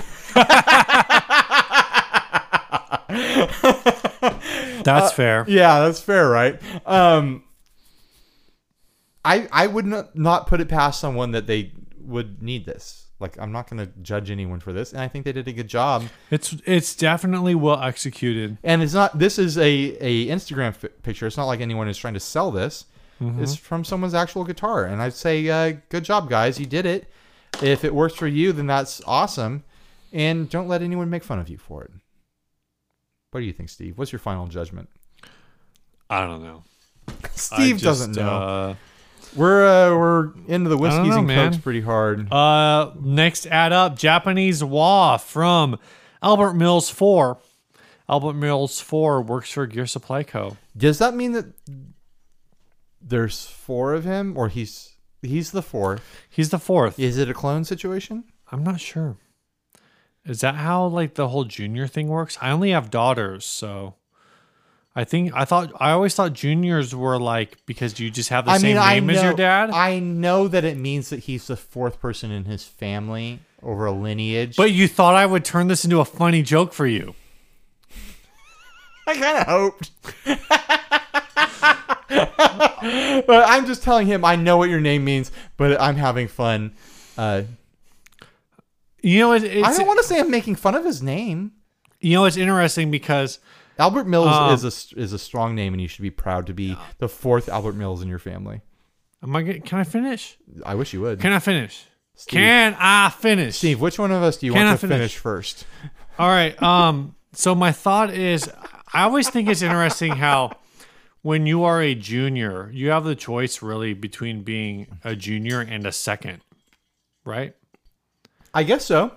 Speaker 1: That's fair.
Speaker 2: Yeah, that's fair, right? Um, I I would not, not put it past someone that they would need this. Like, I'm not going to judge anyone for this, and I think they did a good job.
Speaker 1: It's it's definitely well executed.
Speaker 2: And it's not. This is a a Instagram fi picture. It's not like anyone is trying to sell this. It's from someone's actual guitar, and I'd say, uh, good job, guys. You did it. If it works for you, then that's awesome. And don't let anyone make fun of you for it. What do you think, Steve? What's your final judgment?
Speaker 1: I don't know. I
Speaker 2: Steve
Speaker 1: just,
Speaker 2: doesn't know.
Speaker 1: Uh,
Speaker 2: We're uh, we're into the
Speaker 1: don't
Speaker 2: whiskeys
Speaker 1: know,
Speaker 2: and
Speaker 1: man.
Speaker 2: cokes pretty hard.
Speaker 1: Uh, next add up Japanese Wa from Albert Mills 4. Albert Mills 4 works for Gear Supply Co.
Speaker 2: Does that mean that there's four of him, or he's he's the fourth?
Speaker 1: He's the fourth.
Speaker 2: Is it a clone situation?
Speaker 1: I'm not sure. Is that how like the whole junior thing works? I only have daughters, so I think I thought I always thought juniors were like because you just have the
Speaker 2: I
Speaker 1: same
Speaker 2: mean, I
Speaker 1: name
Speaker 2: know,
Speaker 1: as your dad.
Speaker 2: I know that it means that he's the fourth person in his family over a lineage.
Speaker 1: but you thought I would turn this into a funny joke for you.
Speaker 2: I kind of hoped. but I'm just telling him I know what your name means, but I'm having fun. Uh,
Speaker 1: You know, it, it's
Speaker 2: I don't want to say I'm making fun of his name.
Speaker 1: you know it's interesting because
Speaker 2: Albert Mills
Speaker 1: Um,
Speaker 2: is a is a strong name, and you should be proud to be the fourth Albert Mills in your family.
Speaker 1: am I get- can I finish?
Speaker 2: I wish you would.
Speaker 1: Can I finish? Can I finish?
Speaker 2: Steve, which one of us do you
Speaker 1: Can
Speaker 2: want
Speaker 1: I
Speaker 2: to finish?
Speaker 1: finish?
Speaker 2: first?
Speaker 1: All right. Um. So my thought is, I always think it's interesting how when you are a junior, you have the choice really between being a junior and a second, right?
Speaker 2: I guess so.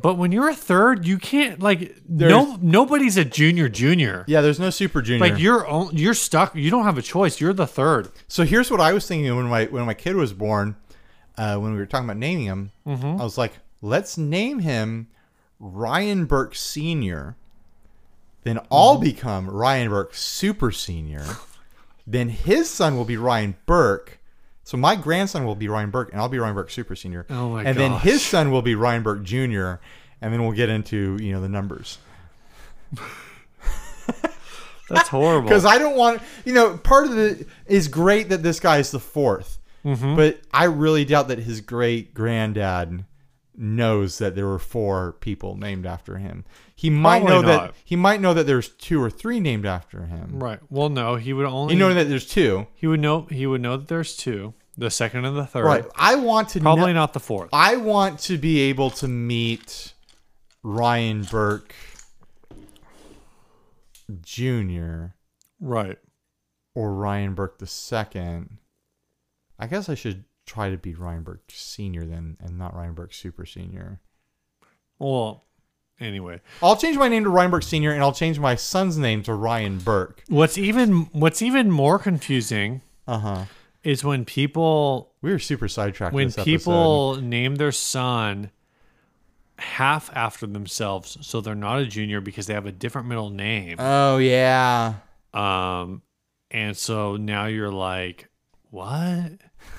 Speaker 1: But when you're a third, you can't like no
Speaker 2: There's-
Speaker 1: nobody's a junior junior.
Speaker 2: Yeah, there's no super junior.
Speaker 1: Like you're on- you're stuck. You don't have a choice. You're the third.
Speaker 2: so here's what I was thinking when my when my kid was born, uh, when we were talking about naming him,
Speaker 1: Mm-hmm.
Speaker 2: I was like, let's name him Ryan Burke Senior. Then
Speaker 1: Mm-hmm.
Speaker 2: I'll become Ryan Burke Super Senior. then his son will be Ryan Burke. So my grandson will be Ryan Burke, and I'll be Ryan Burke Super Senior.
Speaker 1: Oh my
Speaker 2: And then
Speaker 1: gosh.
Speaker 2: his son will be Ryan Burke Junior. And then we'll get into you know the numbers.
Speaker 1: That's horrible.
Speaker 2: because I don't want you know part of the is great that this guy is the 4th
Speaker 1: Mm-hmm.
Speaker 2: but I really doubt that his great granddad knows that there were four people named after him. He might
Speaker 1: Probably
Speaker 2: know
Speaker 1: not.
Speaker 2: that he might know that there's two or three named after him.
Speaker 1: right. Well, no. He would only
Speaker 2: You know that there's two,
Speaker 1: he would know he would know that there's two, the second and the third.
Speaker 2: right? I want to
Speaker 1: Probably
Speaker 2: know,
Speaker 1: not the fourth.
Speaker 2: I want to be able to meet Ryan Burke Jr.
Speaker 1: Right.
Speaker 2: or Ryan Burke the second. I guess I should try to be Ryan Burke senior then, and not Ryan Burke super senior.
Speaker 1: Well. Anyway.
Speaker 2: I'll change my name to Ryan Burke senior, and I'll change my son's name to Ryan Burke.
Speaker 1: What's even what's even more confusing
Speaker 2: Uh huh.
Speaker 1: is when people
Speaker 2: We were super sidetracked.
Speaker 1: when
Speaker 2: this
Speaker 1: people name their son half after themselves, so they're not a junior because they have a different middle name.
Speaker 2: Episode. Oh yeah.
Speaker 1: Um, and so now you're like, what?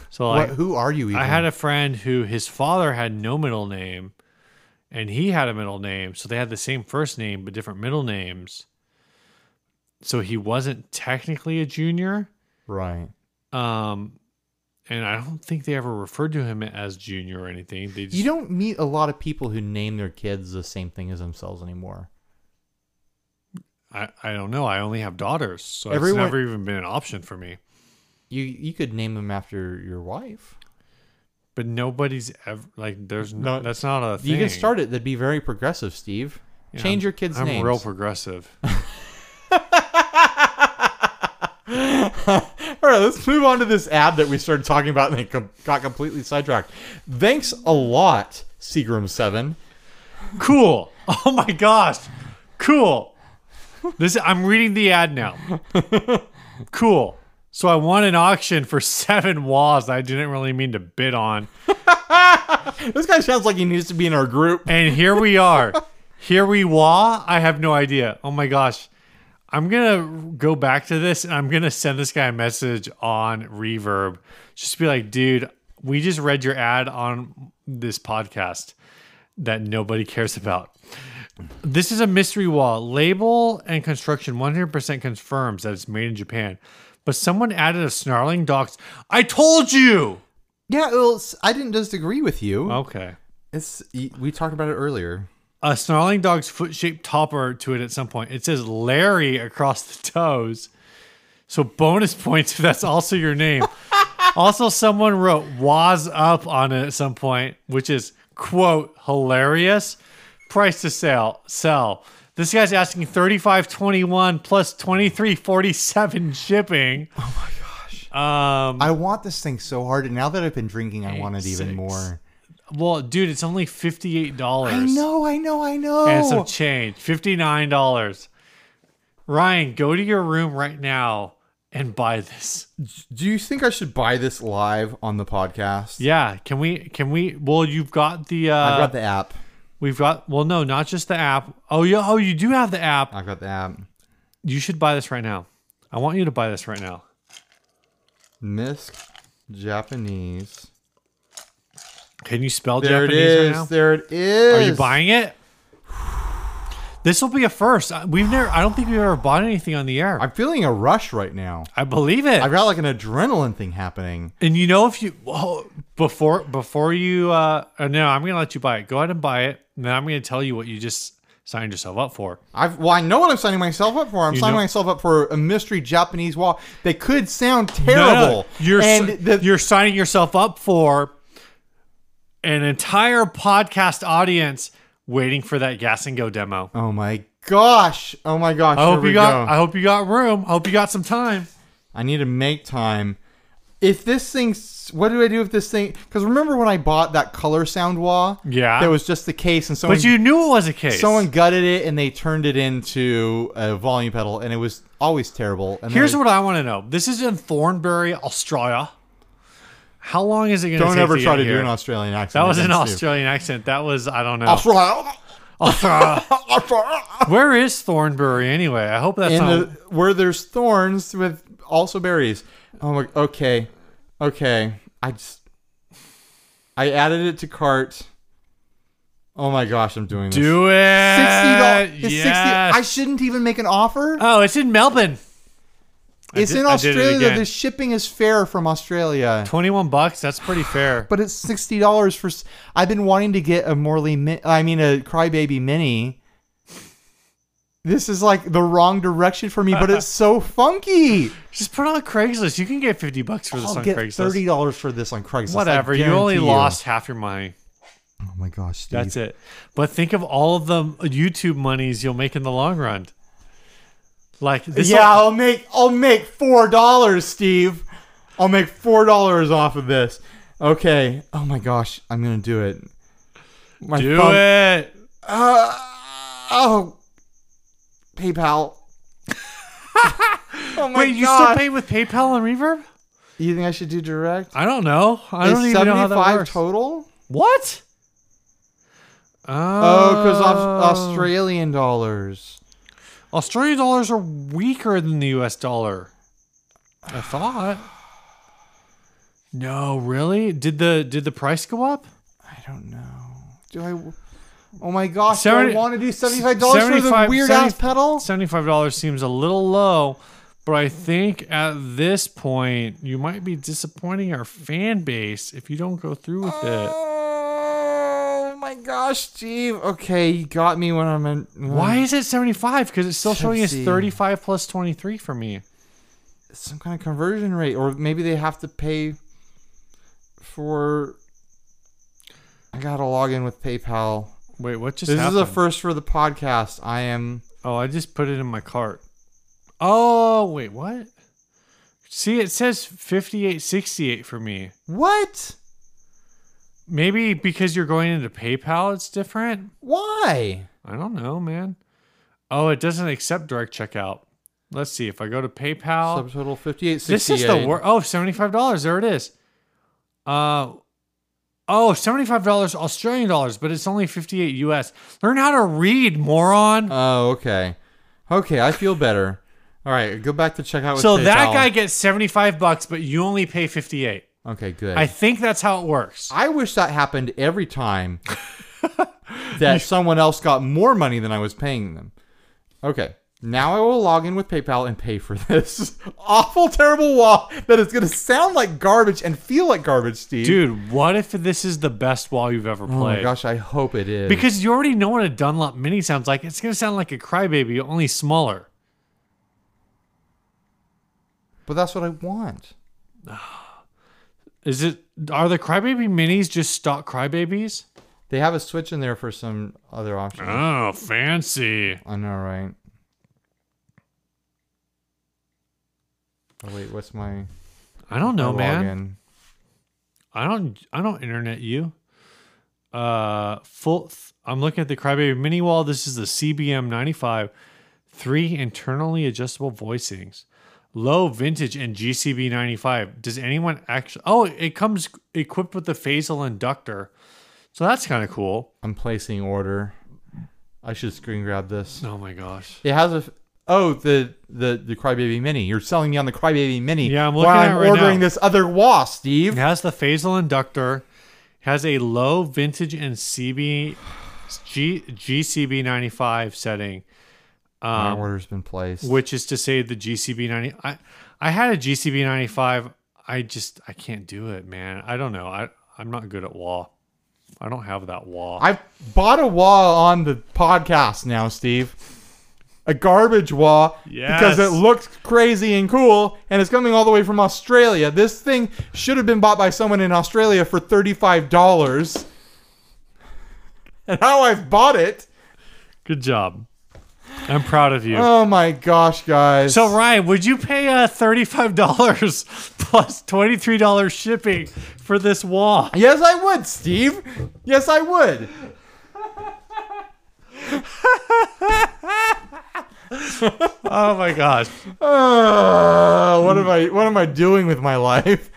Speaker 1: So like,
Speaker 2: What, who are you? Even?
Speaker 1: I had a friend who his father had no middle name, and he had a middle name, so they had the same first name but different middle names. So he wasn't technically a junior.
Speaker 2: right.
Speaker 1: Um, and I don't think they ever referred to him as junior or anything. They just,
Speaker 2: You don't meet a lot of people who name their kids the same thing as themselves anymore.
Speaker 1: I, I don't know. I only have daughters, so
Speaker 2: Everyone-
Speaker 1: it's never even been an option for me.
Speaker 2: You you could name them after your wife.
Speaker 1: But nobody's ever like there's no,
Speaker 2: No,
Speaker 1: that's not a thing.
Speaker 2: You can start it. That'd be very progressive, Steve.
Speaker 1: Yeah,
Speaker 2: change
Speaker 1: I'm-
Speaker 2: your kids'
Speaker 1: I'm
Speaker 2: names.
Speaker 1: real progressive.
Speaker 2: All right, let's move on to this ad that we started talking about and then com- got completely sidetracked. Thanks a lot, Seagram7.
Speaker 1: cool. Oh my gosh. Cool. This I'm reading the ad now. Cool. So I won an auction for seven walls I didn't really mean to bid on.
Speaker 2: This guy sounds like he needs to be in our group.
Speaker 1: And here we are. Here we wa. I have no idea. Oh my gosh. I'm going to go back to this and I'm going to send this guy a message on Reverb. Just be like, dude, we just read your ad on this podcast that nobody cares about. This is a mystery wall. Label and construction 100% confirms that it's made in Japan. But someone added a snarling dog's, I told you!
Speaker 2: Yeah, well, s- I didn't disagree with you.
Speaker 1: Okay.
Speaker 2: It's y- we talked about it earlier.
Speaker 1: A snarling dog's foot shaped topper to it at some point. It says Larry across the toes. So bonus points if that's also your name. also, someone wrote Waz Up on it at some point, which is, quote, hilarious. Price to sell. Sell. This guy's asking 35.21 plus 23.47 shipping.
Speaker 2: I want this thing so hard, and now that I've been drinking, I want it even
Speaker 1: six.
Speaker 2: more.
Speaker 1: Well, dude, it's only $58.
Speaker 2: I know, I know, I know.
Speaker 1: and some change. Fifty-nine dollars. Ryan, go to your room right now and buy this.
Speaker 2: Do you think I should buy this live on the podcast?
Speaker 1: Yeah, can we? Can we? Well, you've got the. Uh,
Speaker 2: I've got the app.
Speaker 1: We've got. Well, no, not just the app. Oh, yeah. Oh, you do have the app.
Speaker 2: I've got the app.
Speaker 1: You should buy this right now. I want you to buy this right now.
Speaker 2: Misk Japanese.
Speaker 1: Can you spell
Speaker 2: There
Speaker 1: Japanese
Speaker 2: it is.
Speaker 1: right now?
Speaker 2: there it is.
Speaker 1: Are you buying it? This will be a first. I- We've never. I don't think we've ever bought anything on the air.
Speaker 2: I'm feeling a rush right now.
Speaker 1: I believe it.
Speaker 2: I've got like an adrenaline thing happening.
Speaker 1: And you know if you oh, before before you uh uh, no, I'm gonna let you buy it. Go ahead and buy it, and then I'm gonna tell you what you just signed yourself up for.
Speaker 2: I've well, I know what I'm signing myself up for. I'm
Speaker 1: You
Speaker 2: signing
Speaker 1: know-
Speaker 2: myself up for a mystery Japanese wall. They could sound
Speaker 1: No, no,
Speaker 2: terrible.
Speaker 1: no. You're
Speaker 2: and
Speaker 1: s-
Speaker 2: the,
Speaker 1: you're signing yourself up for an entire podcast audience waiting for that gas and go demo.
Speaker 2: oh my gosh, oh my gosh.
Speaker 1: I
Speaker 2: here
Speaker 1: hope
Speaker 2: we
Speaker 1: you got
Speaker 2: go.
Speaker 1: I hope you got room. I hope you got some time.
Speaker 2: I need to make time. If this thing, s- what do I do with this thing? Because remember when I bought that color sound wall?
Speaker 1: Yeah.
Speaker 2: there was just the case, and someone
Speaker 1: But you knew it was a case.
Speaker 2: someone gutted it and they turned it into a volume pedal, and it was always terrible. And
Speaker 1: Here's
Speaker 2: then I-
Speaker 1: what I want to know. This is in Thornbury, Australia. How long is it going to take?
Speaker 2: don't ever
Speaker 1: to
Speaker 2: try
Speaker 1: get
Speaker 2: to do
Speaker 1: here?
Speaker 2: an Australian accent.
Speaker 1: That was an
Speaker 2: again, Stu.
Speaker 1: Australian accent. That was I don't know.
Speaker 2: Australia. Australia.
Speaker 1: Where is Thornbury anyway? I hope that's
Speaker 2: in
Speaker 1: not.
Speaker 2: the where there's thorns with also berries. Oh my. Okay, okay. I just I added it to cart. Oh my gosh, I'm doing this.
Speaker 1: do it.
Speaker 2: Sixty dollars.
Speaker 1: Yes.
Speaker 2: I shouldn't even make an offer.
Speaker 1: oh, it's in Melbourne. I
Speaker 2: it's
Speaker 1: did-
Speaker 2: in
Speaker 1: I did it
Speaker 2: Australia.
Speaker 1: again.
Speaker 2: the shipping is fair from Australia,
Speaker 1: Twenty-one bucks. That's pretty fair.
Speaker 2: but it's sixty dollars for. s- I've been wanting to get a Morley. Mi- I mean, a Crybaby Mini. This is like the wrong direction for me, but it's so funky.
Speaker 1: Just put it on Craigslist. You can get fifty bucks for this
Speaker 2: I'll
Speaker 1: on
Speaker 2: get
Speaker 1: Craigslist.
Speaker 2: thirty dollars for this on Craigslist.
Speaker 1: Whatever.
Speaker 2: I
Speaker 1: You only
Speaker 2: guarantee
Speaker 1: lost half your money.
Speaker 2: Oh my gosh, Steve.
Speaker 1: That's it. But think of all of the YouTube monies you'll make in the long run. Like this.
Speaker 2: yeah, I'll make I'll make four dollars, Steve. I'll make four dollars off of this. Okay. Oh my gosh, I'm gonna do it. oh My
Speaker 1: do
Speaker 2: phone-
Speaker 1: it.
Speaker 2: Uh, oh, PayPal. oh my
Speaker 1: Wait, you still
Speaker 2: God.
Speaker 1: pay with PayPal and Reverb?
Speaker 2: You think I should do direct?
Speaker 1: I don't know. I
Speaker 2: Is
Speaker 1: don't even know how that
Speaker 2: 75
Speaker 1: works.
Speaker 2: total.
Speaker 1: What?
Speaker 2: Oh, because Australian dollars.
Speaker 1: Australian dollars are weaker than the U.S. dollar. I thought. No, really? Did the did the price go up?
Speaker 2: I don't know. Do I? Oh my gosh! do
Speaker 1: Seventy-
Speaker 2: I want to do seventy-five dollars for the
Speaker 1: 75
Speaker 2: weird ass
Speaker 1: 70
Speaker 2: pedal?
Speaker 1: Seventy-five dollars seems a little low, but I think at this point you might be disappointing our fan base if you don't go through with it.
Speaker 2: Oh my gosh, Steve. Okay, you got me when I'm in.
Speaker 1: Why is it seventy-five? Because it's still showing us
Speaker 2: Tipsy.
Speaker 1: thirty-five plus twenty-three for me.
Speaker 2: some kind of conversion rate, or maybe they have to pay for. I gotta log in with PayPal.
Speaker 1: Wait, what just?
Speaker 2: This is a
Speaker 1: happened?
Speaker 2: first for the podcast. I am.
Speaker 1: Oh, I just put it in my cart. Oh, wait, what? See, it says 5868 for me.
Speaker 2: What?
Speaker 1: Maybe because you're going into PayPal it's different?
Speaker 2: Why?
Speaker 1: I don't know, man. Oh, it doesn't accept direct checkout. Let's see if I go to PayPal.
Speaker 2: Subtotal fifty-eight sixty-eight.
Speaker 1: this is the wor Oh, $75. There it is. Uh Oh, $75 Australian dollars, but it's only 58 US. Learn how to read, moron.
Speaker 2: Oh, okay. Okay, I feel better. All right, go back to check out with
Speaker 1: so that
Speaker 2: PayPal.
Speaker 1: guy gets 75 bucks, but you only pay 58.
Speaker 2: Okay, good.
Speaker 1: I
Speaker 2: I,
Speaker 1: think that's how it works.
Speaker 2: wish that happened every time. that someone else got more money than I was paying them. Okay. Now I will log in with PayPal and pay for this awful, terrible wall that is going to sound like garbage and feel like garbage, Steve.
Speaker 1: Dude, what if this is the best wall you've ever played?
Speaker 2: Oh my gosh, I hope it is.
Speaker 1: Because you already know what a Dunlop Mini sounds like. It's going to sound like a crybaby, only smaller.
Speaker 2: but that's what I want.
Speaker 1: Is it? Are the crybaby minis just stock crybabies?
Speaker 2: They have a switch in there for some other option.
Speaker 1: Oh, fancy!
Speaker 2: I know, right? Oh wait, what's my
Speaker 1: I don't know,
Speaker 2: my
Speaker 1: man.
Speaker 2: login?
Speaker 1: I don't. I don't internet you. Uh, full. th- I'm looking at the crybaby mini wall. This is the CBM 95, three internally adjustable voicings, low vintage and GCB 95. Does anyone actually? Oh, it comes equipped with the phasal inductor, so that's kind of cool.
Speaker 2: I'm placing order. I should screen grab this.
Speaker 1: Oh my gosh.
Speaker 2: It has a f- oh the the the Crybaby Mini. You're selling me on the Crybaby Mini.
Speaker 1: Yeah, I'm looking
Speaker 2: while
Speaker 1: at it
Speaker 2: I'm
Speaker 1: right
Speaker 2: ordering
Speaker 1: now. Uh,
Speaker 2: this other wall, Steve.
Speaker 1: It has the phasal inductor, has a low vintage and CB G, GCB 95 setting.
Speaker 2: My order's been placed.
Speaker 1: which is to say the GCB 90 I I had a GCB 95 I just I can't do it man I don't know I I'm not good at wall I don't have that wall
Speaker 2: I bought a wall on the podcast now, Steve. A garbage wall because
Speaker 1: Yes.
Speaker 2: it looked crazy and cool, and it's coming all the way from Australia. This thing should have been bought by someone in Australia for thirty-five dollars, and now I've bought it.
Speaker 1: good job I'm proud of you
Speaker 2: Oh my gosh, guys!
Speaker 1: so Ryan would you pay uh $35 plus $23 shipping for this wall
Speaker 2: yes, I would, Steve. Yes, I would.
Speaker 1: oh my gosh
Speaker 2: Uh, what am I? What am I doing with my life?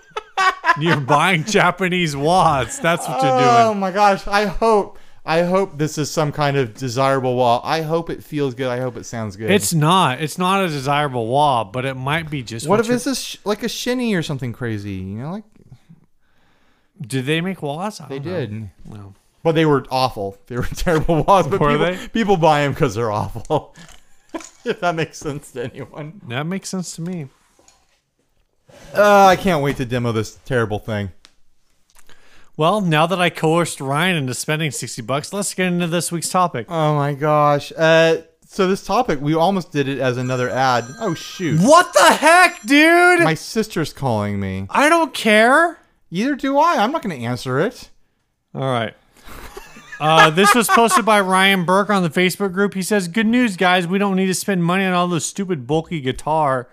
Speaker 1: you're buying Japanese wads that's what you're
Speaker 2: Oh
Speaker 1: doing
Speaker 2: my gosh! I hope, I hope this is some kind of desirable wall. I hope it feels good. I hope it sounds good.
Speaker 1: it's not it's not a desirable wall but it might be just
Speaker 2: what if
Speaker 1: you're-
Speaker 2: this is sh- like a shinny or something crazy? You know, like
Speaker 1: did they make walls I
Speaker 2: they
Speaker 1: don't know.
Speaker 2: did.
Speaker 1: No.
Speaker 2: But they were awful. They were terrible walls. But
Speaker 1: Were
Speaker 2: people,
Speaker 1: they?
Speaker 2: people buy them because they're awful. if that makes sense to anyone.
Speaker 1: that makes sense to me
Speaker 2: Uh, I can't wait to demo this terrible thing.
Speaker 1: Well, now that I coerced Ryan into spending 60 bucks, let's get into this week's topic.
Speaker 2: Oh my gosh! Uh, so this topic, we almost did it as another ad. Oh shoot!
Speaker 1: What the heck, dude?
Speaker 2: My sister's calling me.
Speaker 1: I don't care.
Speaker 2: Either do I. I'm not going to answer it.
Speaker 1: All right. Uh, this was posted by Ryan Burke on the Facebook group. He says, Good news, guys. We don't need to spend money on all this stupid, bulky guitar.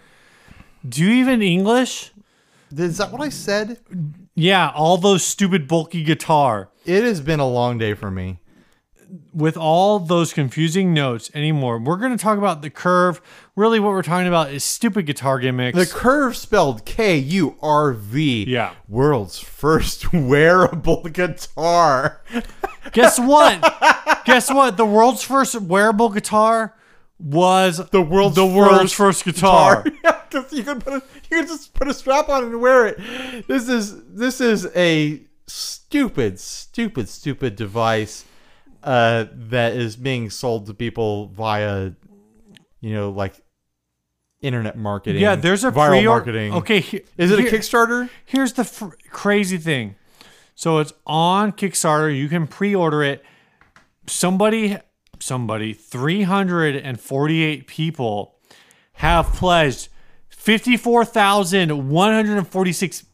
Speaker 1: Do you even English?
Speaker 2: Is that what I said?
Speaker 1: Yeah, all those stupid, bulky guitar.
Speaker 2: It has been a long day for me.
Speaker 1: with all those confusing notes anymore. We're going to talk about the curve. Really, what we're talking about is stupid guitar gimmicks.
Speaker 2: The curve spelled K U R V.
Speaker 1: Yeah.
Speaker 2: World's first wearable guitar.
Speaker 1: Guess what? Guess what? The world's first wearable guitar was the
Speaker 2: world's
Speaker 1: the world's first
Speaker 2: first
Speaker 1: guitar.
Speaker 2: yeah, because you could put a, you could just put a strap on and wear it. This is this is a stupid, stupid, stupid device uh, that is being sold to people via, you know, like internet marketing.
Speaker 1: Yeah, there's a
Speaker 2: viral
Speaker 1: pre
Speaker 2: marketing.
Speaker 1: Okay, he-
Speaker 2: Is it a
Speaker 1: here-
Speaker 2: Kickstarter?
Speaker 1: Here's the fr- crazy thing. So it's on Kickstarter. You can pre-order it. Somebody, somebody, 348 people have pledged 54,146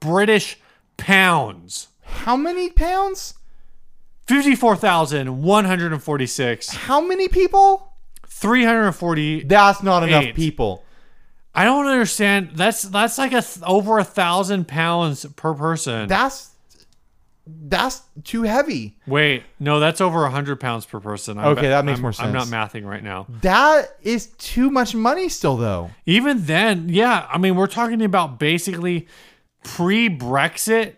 Speaker 1: British pounds.
Speaker 2: How many pounds?
Speaker 1: 54,146.
Speaker 2: How many people?
Speaker 1: 340.
Speaker 2: That's not enough
Speaker 1: Eight.
Speaker 2: people.
Speaker 1: I don't understand. That's that's like a th- over a thousand pounds per person.
Speaker 2: That's that's too heavy.
Speaker 1: Wait, no, that's over 100 pounds per person. I'm
Speaker 2: Okay, that makes
Speaker 1: I'm-
Speaker 2: more
Speaker 1: I'm not
Speaker 2: sense.
Speaker 1: mathing right now.
Speaker 2: That is too much money still though.
Speaker 1: Even then, yeah, I mean, we're talking about basically pre Brexit.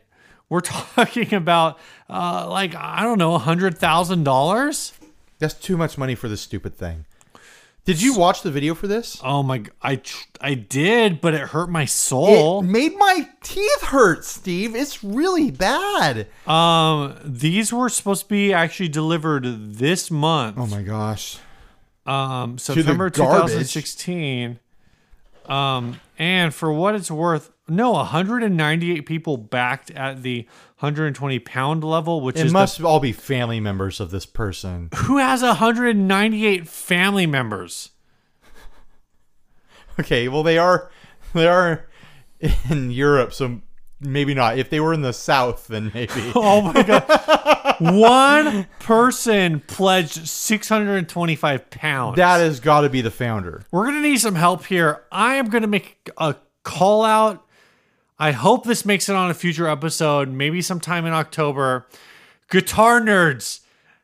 Speaker 1: We're talking about, uh, like, I don't know, $100,000?
Speaker 2: That's too much money for this stupid thing. Uh, Did you watch the video for this?
Speaker 1: Oh my! g- I tr- I did, but it hurt my soul.
Speaker 2: It made my teeth hurt, Steve. It's really bad.
Speaker 1: um, these were supposed to be actually delivered this month.
Speaker 2: Oh my gosh.
Speaker 1: um, September
Speaker 2: garbage.
Speaker 1: 2016. Um, and for what it's worth, no, 198 people backed at the 120 pound level, which is
Speaker 2: It
Speaker 1: the-
Speaker 2: must all be family members of this person.
Speaker 1: who has 198 family members.
Speaker 2: Okay, well they are they are in Europe, so maybe not. If they were in the south, then maybe.
Speaker 1: Oh my god! One person pledged 625 pounds.
Speaker 2: That has got to be the founder.
Speaker 1: We're gonna need some help here. I am gonna make a call out. I hope this makes it on a future episode, maybe sometime in October. Guitar nerds,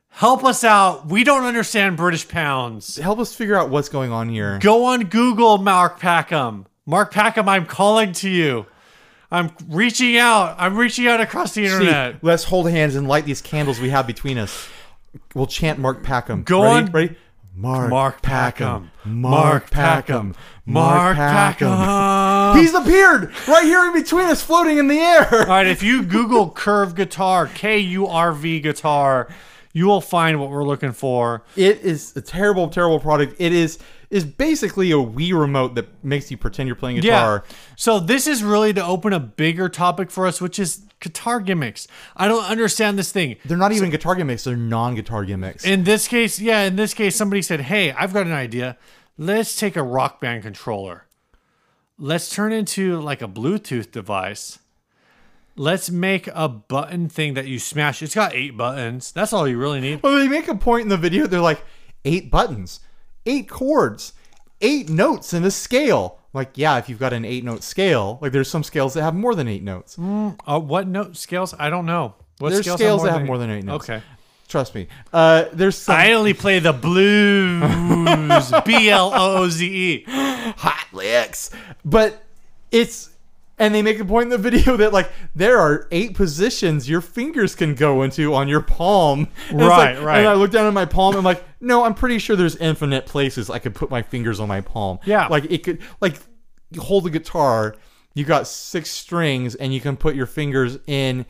Speaker 1: help us out. We don't understand British pounds.
Speaker 2: Help us figure out what's going on here.
Speaker 1: Go on Google, Mark Packham. Mark Packham, I'm calling to you. I'm reaching out. I'm reaching out across the
Speaker 2: Steve,
Speaker 1: internet.
Speaker 2: let's hold hands and light these candles we have between us. We'll chant Mark Packham.
Speaker 1: Go
Speaker 2: Ready?
Speaker 1: on.
Speaker 2: Ready? Mark,
Speaker 1: Mark Packham.
Speaker 2: Packham.
Speaker 1: Mark Packham. Mark Packham.
Speaker 2: He's appeared right here in between us, floating in the air.
Speaker 1: All right, if you Google curve guitar, K U R V guitar, you will find what we're looking for.
Speaker 2: It is a terrible, terrible product. It is is basically a Wii remote that makes you pretend you're playing guitar.
Speaker 1: So this is really to open a bigger topic for us, which is guitar gimmicks. I don't understand this thing.
Speaker 2: They're not even guitar gimmicks. They're non-guitar gimmicks.
Speaker 1: In this case, yeah, in this case, somebody said, Hey, I've got an idea. Let's take a rock band controller. Let's turn into like a Bluetooth device. Let's make a button thing that you smash. It's got eight buttons. That's all you really need.
Speaker 2: Well, they make a point in the video. They're like, eight buttons, eight chords, eight notes in a scale. Like, yeah, if you've got an eight note scale, like there's some scales that have more than eight notes.
Speaker 1: Uh, what note scales? I don't know. What
Speaker 2: There's scales that have more than eight notes.
Speaker 1: Okay.
Speaker 2: Trust me. Uh, there's some
Speaker 1: I only play the blues. B L O O Z E.
Speaker 2: hot licks, but it's. And they make a point in the video that like there are eight positions your fingers can go into on your palm. And it's
Speaker 1: Right,
Speaker 2: like-
Speaker 1: right.
Speaker 2: And I look down at my palm. I'm like, no, I'm pretty sure there's infinite places I could put my fingers on my palm.
Speaker 1: Yeah.
Speaker 2: like it could like you hold a guitar. You got six strings, and you can put your fingers in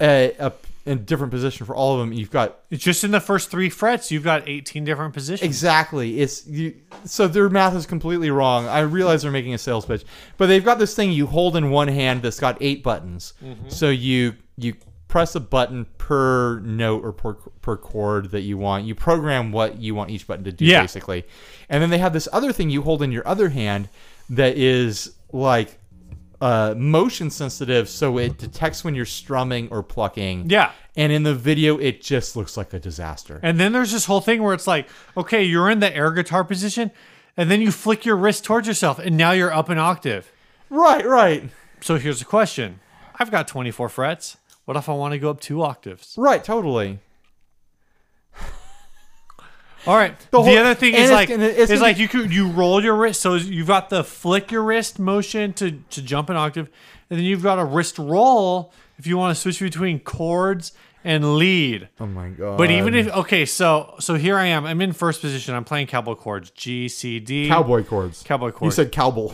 Speaker 2: a, a in different position for all of them. You've got
Speaker 1: Just in the first three frets, you've got 18 different positions.
Speaker 2: Exactly. It's you. So their math is completely wrong. I realize they're making a sales pitch, but they've got this thing you hold in one hand that's got eight buttons.
Speaker 1: Mm-hmm.
Speaker 2: So you you press a button per note or per per chord that you want. You program what you want each button to do,
Speaker 1: Yeah.
Speaker 2: basically. And then they have this other thing you hold in your other hand that is like uh, motion sensitive, so it detects when you're strumming or plucking.
Speaker 1: Yeah.
Speaker 2: And in the video, it just looks like a disaster.
Speaker 1: And then there's this whole thing where it's like, okay, you're in the air guitar position, and then you flick your wrist towards yourself, and now you're up an octave.
Speaker 2: Right, right.
Speaker 1: So here's the question I've got 24 frets. What if I want to go up two octaves?
Speaker 2: Right, totally.
Speaker 1: All right. The,
Speaker 2: whole-
Speaker 1: other thing
Speaker 2: and
Speaker 1: is
Speaker 2: it's
Speaker 1: like
Speaker 2: gonna- it's
Speaker 1: is
Speaker 2: gonna
Speaker 1: like you could you roll your wrist, so you've got the flick your wrist motion to to jump an octave, and then you've got a wrist roll if you want to switch between chords and lead.
Speaker 2: Oh my god.
Speaker 1: But even if okay, so so here I am. I'm in first position. I'm playing cowboy chords. G C D
Speaker 2: cowboy chords.
Speaker 1: cowboy chords.
Speaker 2: You said cowboy.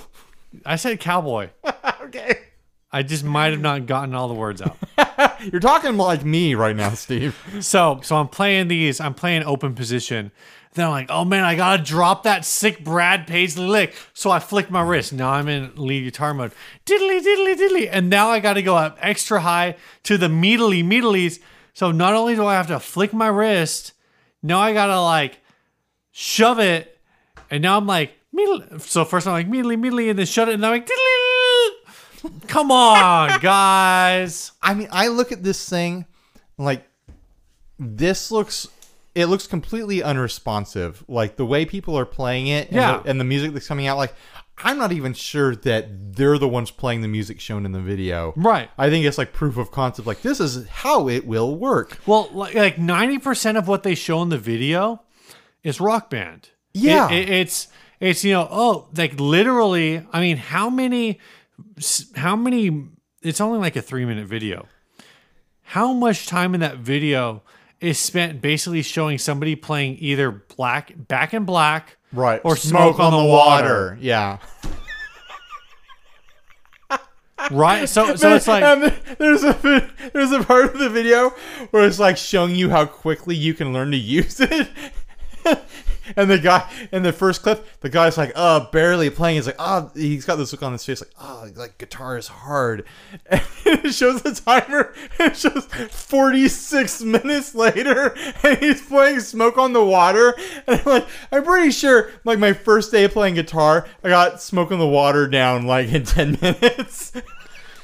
Speaker 1: I said cowboy.
Speaker 2: Okay.
Speaker 1: I just might have not gotten all the words out.
Speaker 2: You're talking like me right now, Steve.
Speaker 1: So so I'm playing these. I'm playing open position. Then I'm like, oh man, I gotta drop that sick Brad Paisley lick. So I flick my wrist. Now I'm in lead guitar mode. Diddly diddly diddly. And now I gotta go up extra high to the meadly meadlies. So not only do I have to flick my wrist, now I gotta like shove it. And now I'm like, meadle- so first I'm like meadly meadly, and then shut it, and I'm like, diddly. come on, guys.
Speaker 2: I mean, I look at this thing like this looks it looks completely unresponsive. Like the way people are playing it and,
Speaker 1: Yeah.
Speaker 2: the, and the music that's coming out like I'm not even sure that they're the ones playing the music shown in the video.
Speaker 1: Right.
Speaker 2: I think it's like proof of concept like this is how it will work.
Speaker 1: Well, like like 90% of what they show in the video is rock band.
Speaker 2: Yeah.
Speaker 1: It- it- it's it's you know, oh, like literally, I mean, how many how many it's only like a 3 minute video. How much time in that video is spent basically showing somebody playing either black back in black
Speaker 2: Right.
Speaker 1: or smoke, on, the water.
Speaker 2: Yeah.
Speaker 1: right so so it's like
Speaker 2: And there's a there's a part of the video where it's like showing you how quickly you can learn to use it. and the guy in the first clip, the guy's like, uh, barely playing. He's like, ah, he's got this look on his face, like, oh, like guitar is hard. And it shows the timer. It shows 46 minutes later, and he's playing "Smoke on the Water." And I'm like, I'm pretty sure, like my first day playing guitar, I got "Smoke on the Water" down like in 10 minutes.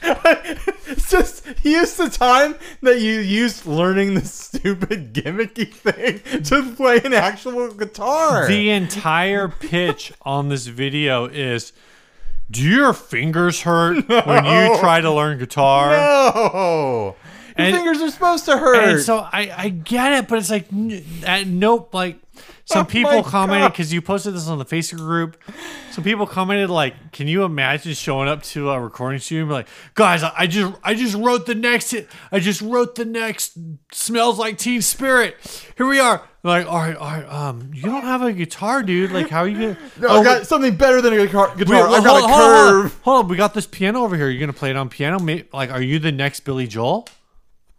Speaker 2: it's just use the time that you used learning this stupid gimmicky thing to play an actual guitar.
Speaker 1: the entire pitch on this video is do your fingers hurt when you try to learn guitar
Speaker 2: no, your
Speaker 1: And-
Speaker 2: fingers are supposed to hurt.
Speaker 1: And so I, I get it, but it's like, n- uh, nope. Like, some
Speaker 2: Oh my
Speaker 1: people commented
Speaker 2: God.
Speaker 1: because you posted this on the Facebook group. Some people commented like, "Can you imagine showing up to a recording studio and be like, guys, I, I just I just wrote the next hit. I just wrote the next smells like Teen Spirit. Here we are. Like, all right, all right. Um, you don't have a guitar, dude. Like, how are you gonna?
Speaker 2: No,
Speaker 1: Oh,
Speaker 2: I got something better than a guitar.
Speaker 1: we-
Speaker 2: guitar.
Speaker 1: well,
Speaker 2: I got
Speaker 1: hold-
Speaker 2: a
Speaker 1: hold on, hold on.
Speaker 2: curve.
Speaker 1: Hold on, we got this piano over here. You're gonna play it on piano? May- Like, are you the next Billy Joel?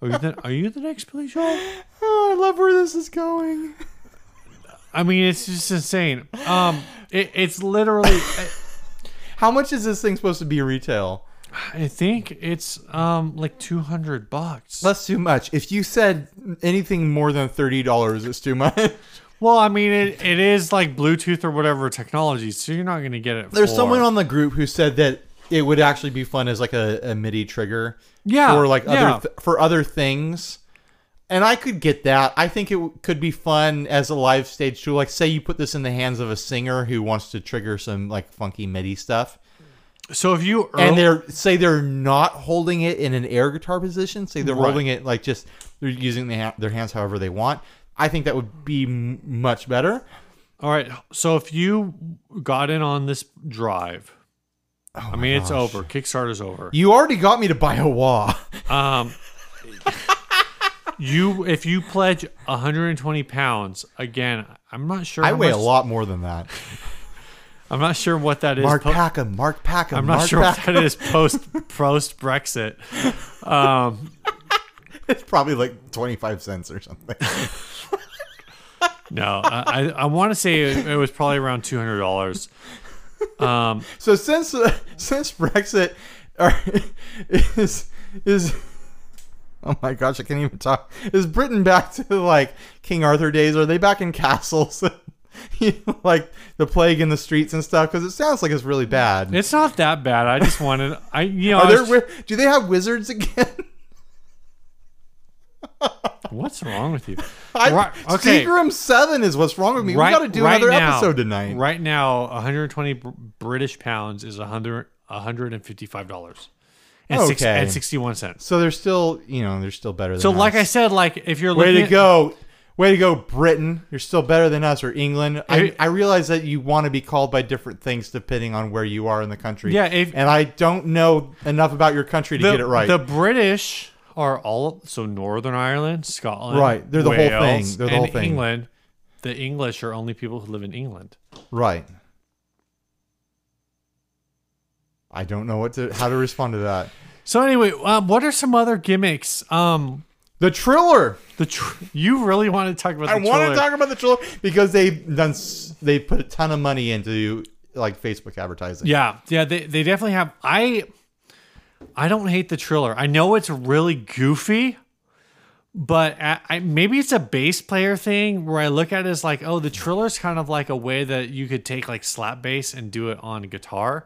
Speaker 1: Are you the, are you the next Billy Joel?
Speaker 2: Oh, I love where this is going.
Speaker 1: I mean, it's just insane. Um, it, it's literally.
Speaker 2: How much is this thing supposed to be retail?
Speaker 1: I think it's um like two hundred bucks.
Speaker 2: That's too much. If you said anything more than thirty dollars, it's too much.
Speaker 1: Well, I mean, it, it is like Bluetooth or whatever technology, so you're not gonna get it.
Speaker 2: There's
Speaker 1: for-
Speaker 2: someone on the group who said that it would actually be fun as like a, a MIDI trigger.
Speaker 1: Yeah,
Speaker 2: Or like
Speaker 1: yeah.
Speaker 2: other th- for other things. And I could get that. I think it w- could be fun as a live stage tool. Like say you put this in the hands of a singer who wants to trigger some like funky MIDI stuff.
Speaker 1: So if you earl-
Speaker 2: and they're say they're not holding it in an air guitar position. Say they're
Speaker 1: Right.
Speaker 2: holding it like just they're using the ha- their hands however they want. I think that would be m- much better.
Speaker 1: all right, so if you got in on this drive,
Speaker 2: Oh
Speaker 1: I mean, it's over. Kickstarter's over.
Speaker 2: You already got me to buy a wah.
Speaker 1: Um, you if you pledge 120 pounds again, I'm not sure.
Speaker 2: I
Speaker 1: how
Speaker 2: weigh a
Speaker 1: much-
Speaker 2: lot more than that.
Speaker 1: I'm not sure what that is.
Speaker 2: Mark
Speaker 1: Po-
Speaker 2: Packham. Mark Packham.
Speaker 1: I'm not
Speaker 2: Mark
Speaker 1: sure
Speaker 2: Packham.
Speaker 1: what that is post post Brexit. Um,
Speaker 2: It's probably like 25 cents or something.
Speaker 1: no, I I, I want to say it, it was probably around two hundred dollars. Um,
Speaker 2: so since uh, since Brexit are, is is oh my gosh, I can't even talk. Is Britain back to like King Arthur days? Are they back in castles? You know, like the plague in the streets and stuff because it sounds like it's really bad.
Speaker 1: it's not that bad. I just wanted I you know I
Speaker 2: Are there
Speaker 1: was-
Speaker 2: wi- do they have wizards again?
Speaker 1: what's wrong with you?
Speaker 2: I,
Speaker 1: Right, okay.
Speaker 2: Seagram Seven is what's wrong with me. we got to do another
Speaker 1: now-
Speaker 2: episode tonight.
Speaker 1: Right now, 120 Br- British pounds is 100 155 dollars and six
Speaker 2: Okay.
Speaker 1: and 61 cents.
Speaker 2: So they're still, you know, they're still better. Than
Speaker 1: So, like
Speaker 2: us.
Speaker 1: I said, like if you're
Speaker 2: Way
Speaker 1: looking
Speaker 2: to
Speaker 1: at-
Speaker 2: go. Way to go, Britain. You're still better than us or England. I,
Speaker 1: If-
Speaker 2: I realize that you want to be called by different things depending on where you are in the country.
Speaker 1: Yeah, if-
Speaker 2: and I don't know enough about your country to
Speaker 1: the,
Speaker 2: get it right.
Speaker 1: The British are all so Northern Ireland, Scotland,
Speaker 2: Right, they're the whole
Speaker 1: Wales,
Speaker 2: thing, they're the
Speaker 1: and
Speaker 2: whole thing.
Speaker 1: England. The English are only people who live in England.
Speaker 2: right. I don't know what to how to respond to that.
Speaker 1: So anyway, um, what are some other gimmicks? Um,
Speaker 2: The Triller.
Speaker 1: the tr- you really want to talk about? The
Speaker 2: I want
Speaker 1: Triller.
Speaker 2: to talk about the Triller because they've done s- they put a ton of money into like Facebook advertising.
Speaker 1: Yeah, yeah, they they definitely have. I I don't hate the Triller. I know it's really goofy, but I, I maybe it's a bass player thing where I look at it as like, oh, the Triller's kind of like a way that you could take like slap bass and do it on guitar.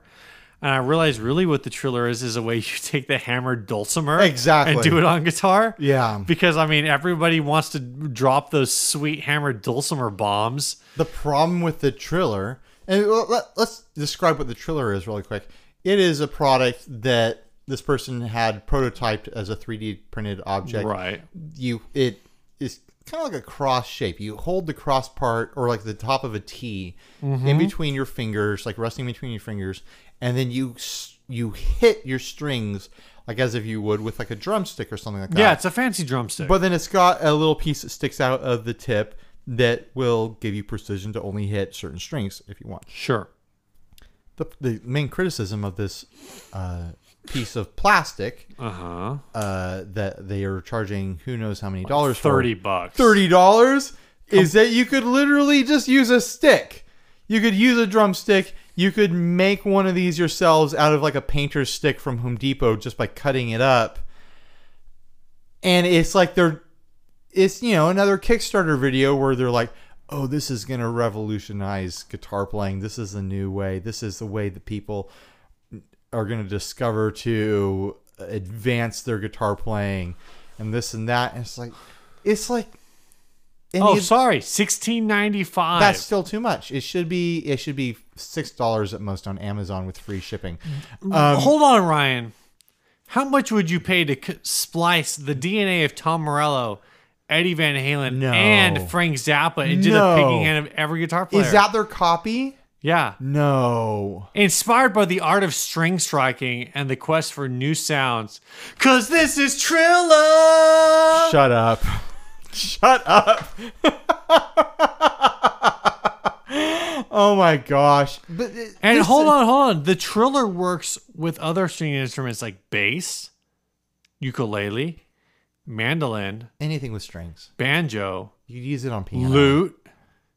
Speaker 1: And I realize really what the Triller is is a way you take the hammered dulcimer and
Speaker 2: Exactly.
Speaker 1: do it on guitar.
Speaker 2: Yeah.
Speaker 1: Because I mean everybody wants to drop those sweet hammered dulcimer bombs.
Speaker 2: the problem with the Triller, and well, let, let's describe what the Triller is really quick. It is a product that this person had prototyped as a 3D printed object.
Speaker 1: Right.
Speaker 2: You it is kind of like a cross shape. You hold the cross part or like the top of a T
Speaker 1: Mm-hmm.
Speaker 2: in between your fingers, like resting between your fingers, and then you s- you hit your strings like as if you would with like a drumstick or something like that.
Speaker 1: Yeah, it's a fancy drumstick.
Speaker 2: But then it's got a little piece that sticks out of the tip that will give you precision to only hit certain strings if you want.
Speaker 1: sure.
Speaker 2: The, the main criticism of this uh, piece of plastic
Speaker 1: Uh huh.
Speaker 2: uh, that they are charging who knows how many dollars for-
Speaker 1: Thirty bucks.
Speaker 2: thirty dollars is that you could literally just use a stick. You could use a drumstick. You could make one of these yourselves out of like a painter's stick from Home Depot just by cutting it up. And it's like they're, it's you know another Kickstarter video where they're like, oh, this is gonna revolutionize guitar playing. This is the new way. This is the way that people are going to discover to advance their guitar playing and this and that and it's like it's like and
Speaker 1: Oh,
Speaker 2: you-
Speaker 1: sorry, sixteen ninety five.
Speaker 2: that's still too much it should be it should be six dollars at most on amazon with free shipping Um,
Speaker 1: Hold on, Ryan. How much would you pay to c- splice the DNA of Tom Morello, Eddie Van Halen,
Speaker 2: No.
Speaker 1: and Frank Zappa into the
Speaker 2: No.
Speaker 1: picking hand of every guitar player?
Speaker 2: is that their copy
Speaker 1: yeah?
Speaker 2: no
Speaker 1: Inspired by the art of string striking and the quest for new sounds, cause this is Trilla.
Speaker 2: shut up shut up oh my gosh but it-
Speaker 1: and
Speaker 2: this-
Speaker 1: hold on, hold on. The Triller works with other string instruments like bass, ukulele, mandolin,
Speaker 2: anything with strings
Speaker 1: banjo,
Speaker 2: you could use it on piano
Speaker 1: lute,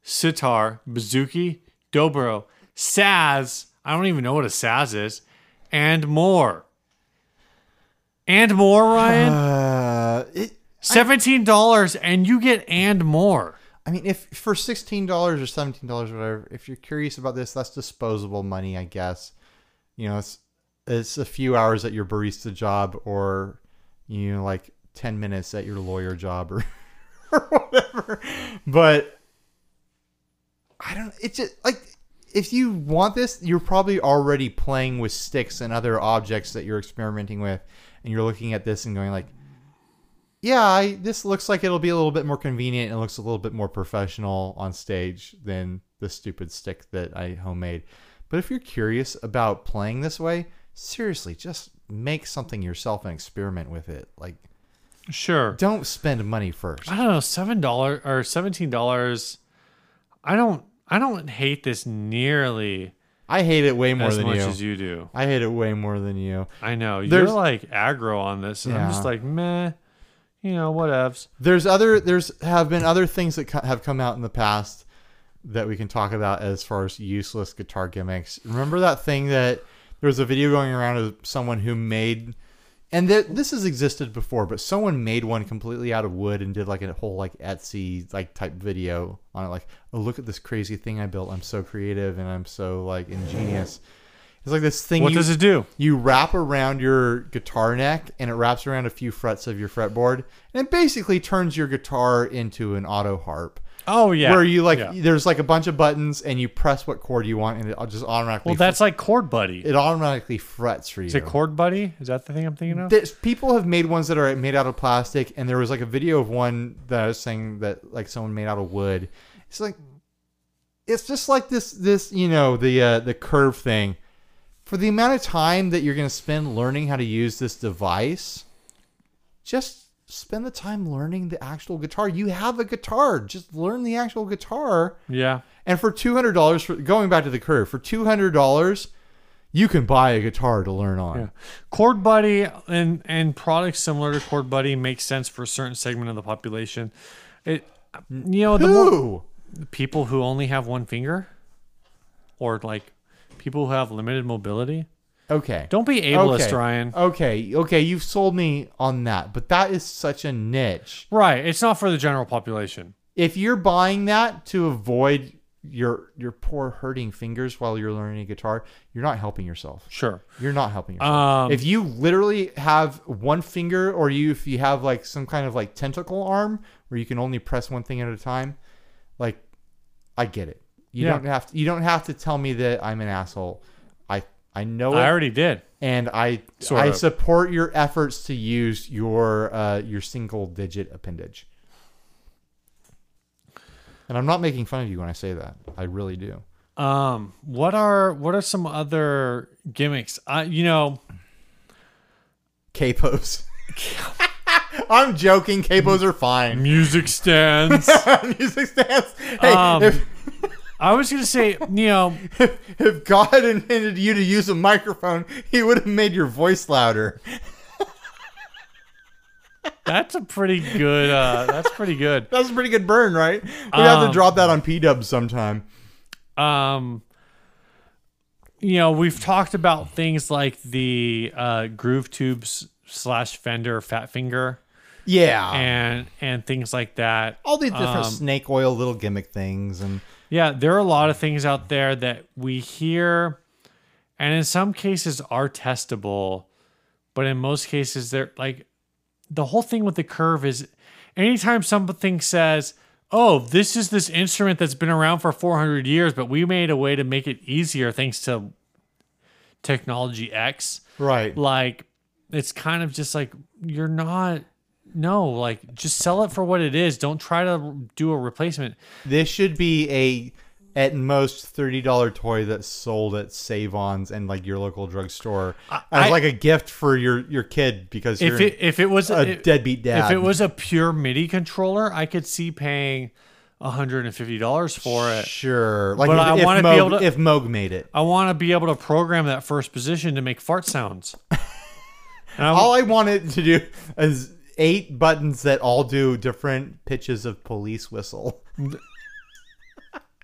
Speaker 1: sitar, bouzouki, dobro, saz. I don't even know what a saz is, and more. And more, Ryan.
Speaker 2: uh, it,
Speaker 1: Seventeen dollars, and you get and more.
Speaker 2: I mean, if for sixteen dollars or seventeen dollars, whatever, if you're curious about this, that's disposable money, I guess. You know, it's it's a few hours at your barista job, or you know, like ten minutes at your lawyer job, or or whatever. But I don't. It's just like if you want this, you're probably already playing with sticks and other objects that you're experimenting with, and you're looking at this and going like, yeah, I, this looks like it'll be a little bit more convenient and looks a little bit more professional on stage than the stupid stick that I homemade. But if you're curious about playing this way, seriously, just make something yourself and experiment with it. Like,
Speaker 1: Sure.
Speaker 2: don't spend money first.
Speaker 1: I don't know, seven dollars or seventeen dollars. I don't. I don't hate this nearly
Speaker 2: I hate it way more
Speaker 1: as
Speaker 2: than
Speaker 1: much
Speaker 2: you.
Speaker 1: as you do.
Speaker 2: I hate it way more than you.
Speaker 1: I know
Speaker 2: There's-
Speaker 1: you're like aggro on this, and I'm just
Speaker 2: Yeah.
Speaker 1: like meh. You know, whatevs.
Speaker 2: There's other there's have been other things that co- have come out in the past that we can talk about as far as useless guitar gimmicks. Remember that thing that there was a video going around of someone who made and th- this has existed before, but someone made one completely out of wood and did like a whole like Etsy like type video on it like, "Oh, look at this crazy thing I built. I'm so creative and I'm so like ingenious." It's like this thing
Speaker 1: What
Speaker 2: you-
Speaker 1: does it do?
Speaker 2: you wrap around your guitar neck and it wraps around a few frets of your fretboard and it basically turns your guitar into an auto harp
Speaker 1: Oh yeah.
Speaker 2: where you like
Speaker 1: Yeah.
Speaker 2: there's like a bunch of buttons and you press what chord you want and it just automatically
Speaker 1: Well, that's like Chord Buddy.
Speaker 2: it automatically frets for you
Speaker 1: Is it Chord Buddy? Is that the thing I'm thinking of?
Speaker 2: there's, people have made ones that are made out of plastic and there was like a video of one that I was saying that like someone made out of wood it's like it's just like this this you know the uh, the curve thing for the amount of time that you're going to spend learning how to use this device just spend the time learning the actual guitar you have a guitar just learn the actual guitar
Speaker 1: yeah.
Speaker 2: and for two hundred dollars, for going back to the curve, for two hundred dollars, you can buy a guitar to learn on.
Speaker 1: Chord Buddy and and products similar to Chord Buddy make sense for a certain segment of the population. It you know the more
Speaker 2: Ooh.
Speaker 1: people who only have one finger or like people who have limited mobility.
Speaker 2: Okay.
Speaker 1: Don't be ableist,
Speaker 2: okay.
Speaker 1: Ryan.
Speaker 2: Okay. Okay. You've sold me on that, but that is such a niche.
Speaker 1: Right. It's not for the general population.
Speaker 2: If you're buying that to avoid your your poor hurting fingers while you're learning guitar, you're not helping yourself.
Speaker 1: Sure.
Speaker 2: You're not helping yourself.
Speaker 1: Um,
Speaker 2: if you literally have one finger, or you if you have like some kind of like tentacle arm where you can only press one thing at a time, like I get it. You
Speaker 1: Yeah.
Speaker 2: don't have to. You don't have to tell me that I'm an asshole. I I know
Speaker 1: I
Speaker 2: it,
Speaker 1: already did.
Speaker 2: and I
Speaker 1: Sort
Speaker 2: I
Speaker 1: of.
Speaker 2: support your efforts to use your uh, your single digit appendage. And I'm not making fun of you when I say that. I really do.
Speaker 1: Um, what are what are some other gimmicks? I you know,
Speaker 2: capos. I'm joking. Capos are fine.
Speaker 1: Music stands.
Speaker 2: Music stands. Hey,
Speaker 1: Um,
Speaker 2: if,
Speaker 1: I was gonna say, you know,
Speaker 2: if God intended you to use a microphone, He would have made your voice louder.
Speaker 1: that's a pretty good. Uh, that's pretty good.
Speaker 2: That's a pretty good burn, right? We have to
Speaker 1: Um,
Speaker 2: drop that on P Dub sometime.
Speaker 1: um you know we've talked about things like the uh groove tubes slash fender fat finger
Speaker 2: Yeah.
Speaker 1: and and things like that
Speaker 2: all these different
Speaker 1: um,
Speaker 2: snake oil little gimmick things and
Speaker 1: yeah there are a lot of things out there that we hear and in some cases are testable but in most cases they're like the whole thing with the curve is anytime something says oh this is this instrument that's been around for 400 years but we made a way to make it easier thanks to technology x
Speaker 2: right
Speaker 1: like it's kind of just like you're not no like just sell it for what it is don't try to do a replacement
Speaker 2: this should be a at most $30 toy that's sold at save-ons and like your local drugstore as
Speaker 1: I-
Speaker 2: like a gift for your your kid because
Speaker 1: if
Speaker 2: you're
Speaker 1: it if it was
Speaker 2: a
Speaker 1: if-
Speaker 2: deadbeat dad
Speaker 1: If it was a pure MIDI controller, I could see paying $150 for it.
Speaker 2: sure like
Speaker 1: But
Speaker 2: if,
Speaker 1: I
Speaker 2: if,
Speaker 1: wanna be
Speaker 2: Moog,
Speaker 1: able to-
Speaker 2: if Moog made it
Speaker 1: I want to be able to program that first position to make fart sounds. And I-
Speaker 2: all I wanted to do is eight buttons that all do different pitches of police whistle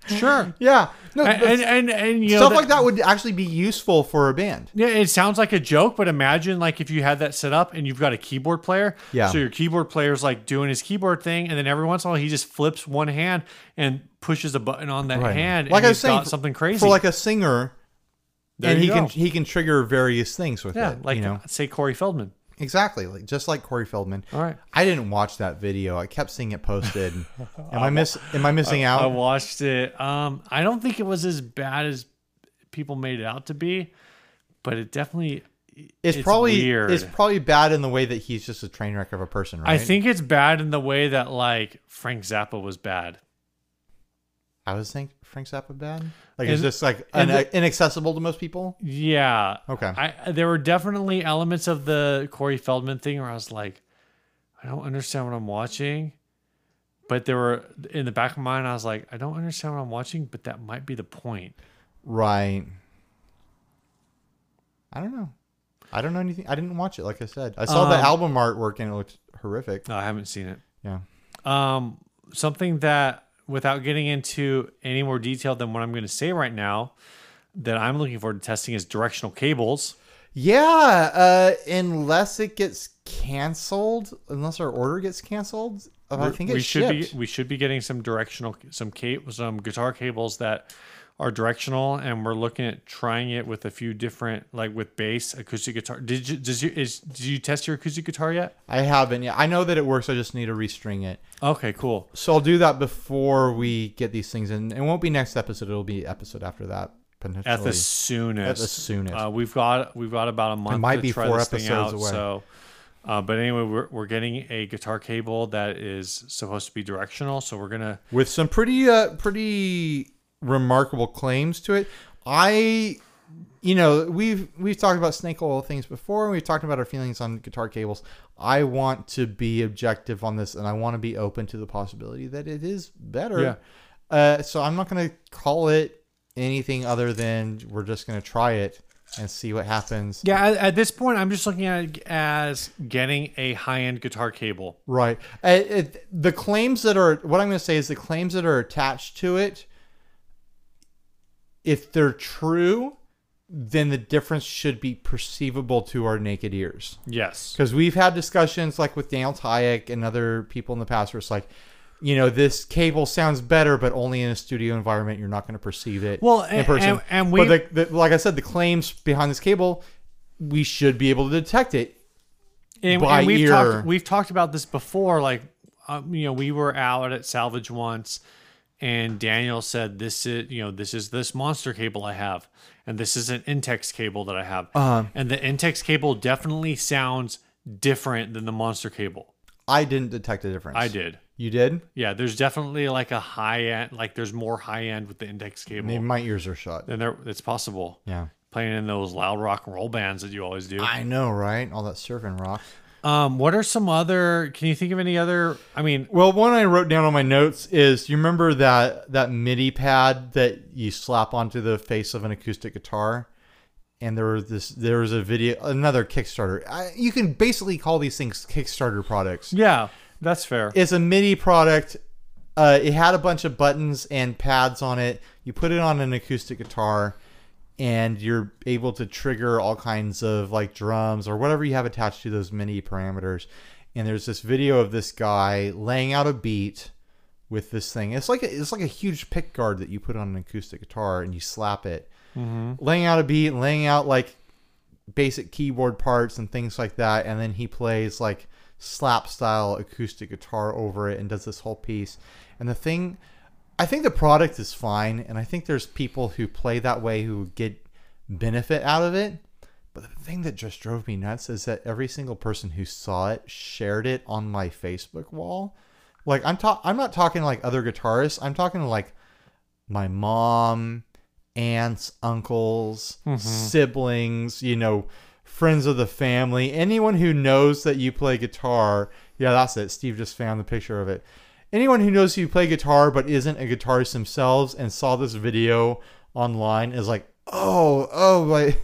Speaker 1: sure.
Speaker 2: yeah no
Speaker 1: And,
Speaker 2: but
Speaker 1: and, and, and, you know,
Speaker 2: stuff like that would actually be useful for a band
Speaker 1: Yeah, it sounds like a joke, but imagine like if you had that set up and you've got a keyboard player.
Speaker 2: Yeah.
Speaker 1: So your keyboard player's like doing his keyboard thing, and then every once in a while he just flips one hand and pushes a button on that hand. and he's got
Speaker 2: for-
Speaker 1: something crazy.
Speaker 2: for like a singer,
Speaker 1: There
Speaker 2: and
Speaker 1: you
Speaker 2: he can
Speaker 1: go.
Speaker 2: he can trigger various things with
Speaker 1: yeah,
Speaker 2: it.
Speaker 1: like
Speaker 2: you know
Speaker 1: say Corey Feldman.
Speaker 2: exactly, like just like Corey Feldman.
Speaker 1: All right.
Speaker 2: I didn't watch that video. I kept seeing it posted. am I miss? Am I missing out?
Speaker 1: I watched it. Um, I don't think it was as bad as people made it out to be, but it definitely.
Speaker 2: it's,
Speaker 1: it's
Speaker 2: probably
Speaker 1: weird.
Speaker 2: it's probably bad in the way that he's just a train wreck of a person. Right?
Speaker 1: I think it's bad in the way that like Frank Zappa was bad.
Speaker 2: I was think Frank Zappa bad. Like it's
Speaker 1: And-
Speaker 2: just like
Speaker 1: and
Speaker 2: an,
Speaker 1: the-
Speaker 2: inaccessible to most people.
Speaker 1: Yeah.
Speaker 2: Okay.
Speaker 1: I there were definitely elements of the Corey Feldman thing where I was like, I don't understand what I'm watching. But there were in the back of my mind, I was like, I don't understand what I'm watching, but that might be the point.
Speaker 2: Right. I don't know. I don't know anything. I didn't watch it. Like I said, I saw the
Speaker 1: Um,
Speaker 2: album artwork and it looked horrific.
Speaker 1: No, I haven't seen it.
Speaker 2: Yeah.
Speaker 1: Um, something that, without getting into any more detail than what I'm going to say right now, that I'm looking forward to testing is directional cables.
Speaker 2: Yeah, uh, unless it gets canceled, unless our order gets canceled, uh, I think it
Speaker 1: we should
Speaker 2: shipped.
Speaker 1: be we should be getting some directional some ca- some guitar cables that are directional, and we're looking at trying it with a few different like with bass, acoustic guitar. Did you does you is did you test your acoustic guitar yet?
Speaker 2: I haven't yet. I know that it works. I just need to restring it.
Speaker 1: Okay, cool.
Speaker 2: So I'll do that before we get these things in. It won't be next episode. It'll be episode after that potentially.
Speaker 1: At the soonest,
Speaker 2: At the soonest.
Speaker 1: uh, we've got we've got about a month.
Speaker 2: might
Speaker 1: to
Speaker 2: be
Speaker 1: try
Speaker 2: four
Speaker 1: this thing out,
Speaker 2: episodes away.
Speaker 1: So, uh, but anyway, we're we're getting a guitar cable that is supposed to be directional, so we're gonna
Speaker 2: with some pretty uh, pretty remarkable claims to it. I you know, we've we've talked about snake oil things before and we've talked about our feelings on guitar cables. I want to be objective on this and I want to be open to the possibility that it is better.
Speaker 1: Yeah.
Speaker 2: Uh, so I'm not going to call it anything other than we're just going to try it and see what happens.
Speaker 1: Yeah, at, at this point, I'm just looking at it as getting a high end guitar cable.
Speaker 2: Right. Uh, it, the claims that are what I'm going to say is the claims that are attached to it. If they're true, then the difference should be perceivable to our naked ears.
Speaker 1: Yes.
Speaker 2: Because we've had discussions like with Daniel Tayek and other people in the past where it's like, you know, this cable sounds better, but only in a studio environment. You're not going to perceive it
Speaker 1: Well,
Speaker 2: in
Speaker 1: and-
Speaker 2: person.
Speaker 1: and- and we-
Speaker 2: but the, the, like I said, the claims behind this cable, we should be able to detect it.
Speaker 1: and,
Speaker 2: by
Speaker 1: and we've
Speaker 2: ear.
Speaker 1: talked we've talked about this before like um, you know we were out at salvage once and daniel said this is you know this is this monster cable i have and this is an intex cable that i have
Speaker 2: Uh-huh.
Speaker 1: and the intex cable definitely sounds different than the monster cable
Speaker 2: I didn't detect a difference.
Speaker 1: i did
Speaker 2: You did?
Speaker 1: yeah there's definitely like a high end like there's more high end with the index cable
Speaker 2: Maybe my ears are shut.
Speaker 1: than there it's possible
Speaker 2: Yeah.
Speaker 1: playing in those loud rock and roll bands that you always do.
Speaker 2: I know, right? All that surfing rock.
Speaker 1: Um, what are some other? Can you think of any other? I mean,
Speaker 2: Well, one I wrote down on my notes is you remember that that MIDI pad that you slap onto the face of an acoustic guitar, and there was this there was a video another Kickstarter. I, you can basically call these things Kickstarter products.
Speaker 1: yeah, that's fair.
Speaker 2: It's a MIDI product. Uh, it had a bunch of buttons and pads on it. You put it on an acoustic guitar, and you're able to trigger all kinds of like drums or whatever you have attached to those MIDI parameters. And there's this video of this guy laying out a beat with this thing. It's like a, it's like a huge pick guard that you put on an acoustic guitar and you slap it, laying out a beat, laying out like basic keyboard parts and things like that and then he plays like slap style acoustic guitar over it and does this whole piece and the thing i think the product is fine and i think there's people who play that way who would get benefit out of it but the thing that just drove me nuts is that every single person who saw it shared it on my facebook wall like i'm ta- i'm not talking like other guitarists i'm talking like my mom, aunts, uncles, siblings, you know, friends of the family, anyone who knows that you play guitar. Yeah, that's it. Steve just found the picture of it. Anyone who knows you play guitar but isn't a guitarist themselves and saw this video online is like, oh, oh, my,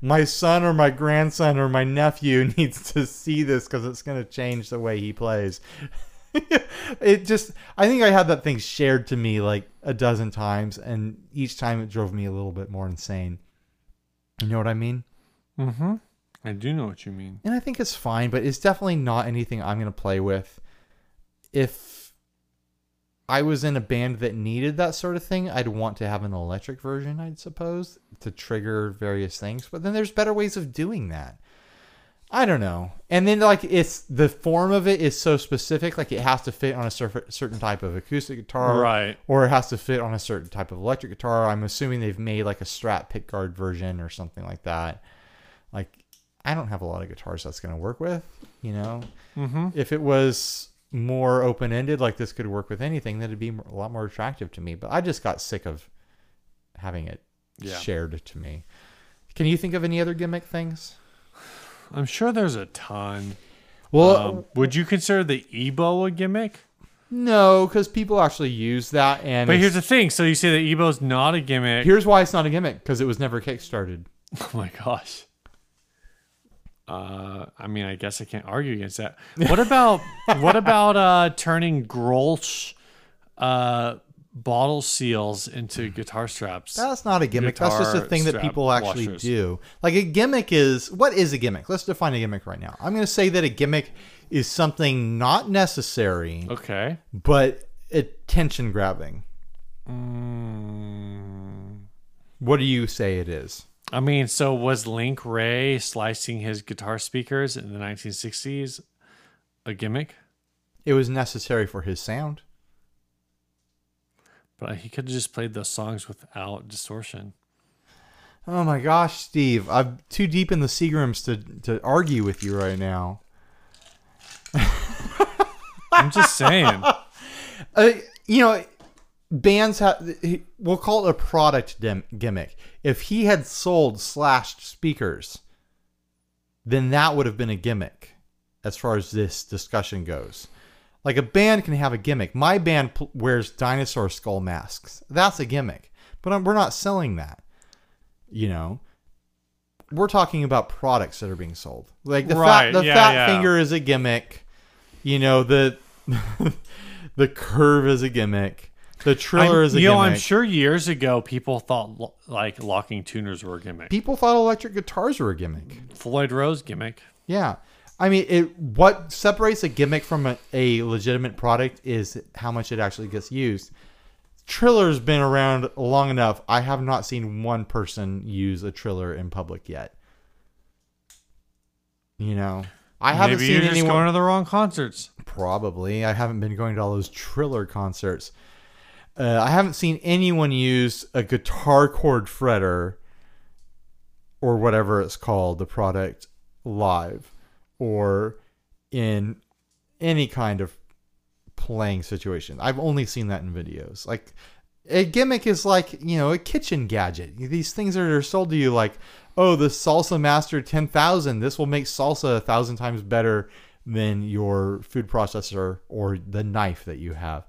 Speaker 2: my son or my grandson or my nephew needs to see this because it's going to change the way he plays it just i think i had that thing shared to me like a dozen times and each time it drove me a little bit more insane you know what i mean
Speaker 1: Mm-hmm. I do know what you mean.
Speaker 2: and i think it's fine but it's definitely not anything i'm going to play with if i was in a band that needed that sort of thing i'd want to have an electric version i'd suppose to trigger various things but then there's better ways of doing that I don't know. And then like it's the form of it is so specific, like it has to fit on a surf- certain type of acoustic guitar,
Speaker 1: Right.
Speaker 2: Or it has to fit on a certain type of electric guitar. I'm assuming they've made like a Strat pickguard version or something like that. Like I don't have a lot of guitars that's going to work with, you know. Mm-hmm. If it was more open ended, like this could work with anything, that'd be a lot more attractive to me. But I just got sick of having it
Speaker 1: Yeah.
Speaker 2: shared to me. Can you think of any other gimmick things?
Speaker 1: I'm sure there's a ton.
Speaker 2: Well,
Speaker 1: Um, would you consider the Ebo a gimmick?
Speaker 2: No, because people actually use that, and
Speaker 1: But
Speaker 2: it's-
Speaker 1: here's the thing. So you say the Ebo's not a gimmick.
Speaker 2: here's why it's not a gimmick because it was never kickstarted.
Speaker 1: Oh my gosh. Uh, I mean, I guess I can't argue against that. What about what about uh, turning Grolsch uh, bottle seals into guitar straps?
Speaker 2: That's not a gimmick. That's just a
Speaker 1: Guitar
Speaker 2: thing that
Speaker 1: strap
Speaker 2: people actually
Speaker 1: washers.
Speaker 2: do. Like a gimmick is what is a gimmick? Let's define a gimmick right now. I'm going to say that a gimmick is something not necessary
Speaker 1: okay.
Speaker 2: but attention grabbing. What do you say it is?
Speaker 1: I mean, so was Link Ray slicing his guitar speakers in the 1960s a gimmick?
Speaker 2: It was necessary for his sound.
Speaker 1: But he could have just played those songs without distortion.
Speaker 2: Oh my gosh, Steve! I'm too deep in the Seagrams to to argue with you right now.
Speaker 1: I'm just saying.
Speaker 2: uh, you know, bands have. We'll call it a product dim- gimmick. If he had sold slashed speakers, then that would have been a gimmick, as far as this discussion goes. Like a band can have a gimmick. My band pl- wears dinosaur skull masks. That's a gimmick, but um, we're not selling that. You know. We're talking about products that are being sold. Like the
Speaker 1: Right,
Speaker 2: fat, the
Speaker 1: yeah,
Speaker 2: fat
Speaker 1: yeah.
Speaker 2: finger is a gimmick. You know the the curve is a gimmick. The triller
Speaker 1: I'm-
Speaker 2: is a
Speaker 1: you
Speaker 2: gimmick.
Speaker 1: know, I'm sure years ago people thought lo- like locking tuners were a gimmick.
Speaker 2: people thought electric guitars were a gimmick.
Speaker 1: Floyd Rose gimmick.
Speaker 2: Yeah. I mean, it. What separates a gimmick from a, a legitimate product is how much it actually gets used. Triller's been around long enough. I have not seen one person use a Triller in public yet. You know, I haven't
Speaker 1: Maybe
Speaker 2: seen
Speaker 1: you're just
Speaker 2: anyone.
Speaker 1: going to the wrong concerts.
Speaker 2: Probably. I haven't been going to all those Triller concerts. Uh, I haven't seen anyone use a guitar chord fretter or whatever it's called, the product, live or in any kind of playing situation. I've only seen that in videos. Like a gimmick is like you know a kitchen gadget. These things that are sold to you like, oh, the salsa master ten thousand. This will make salsa a thousand times better than your food processor or the knife that you have.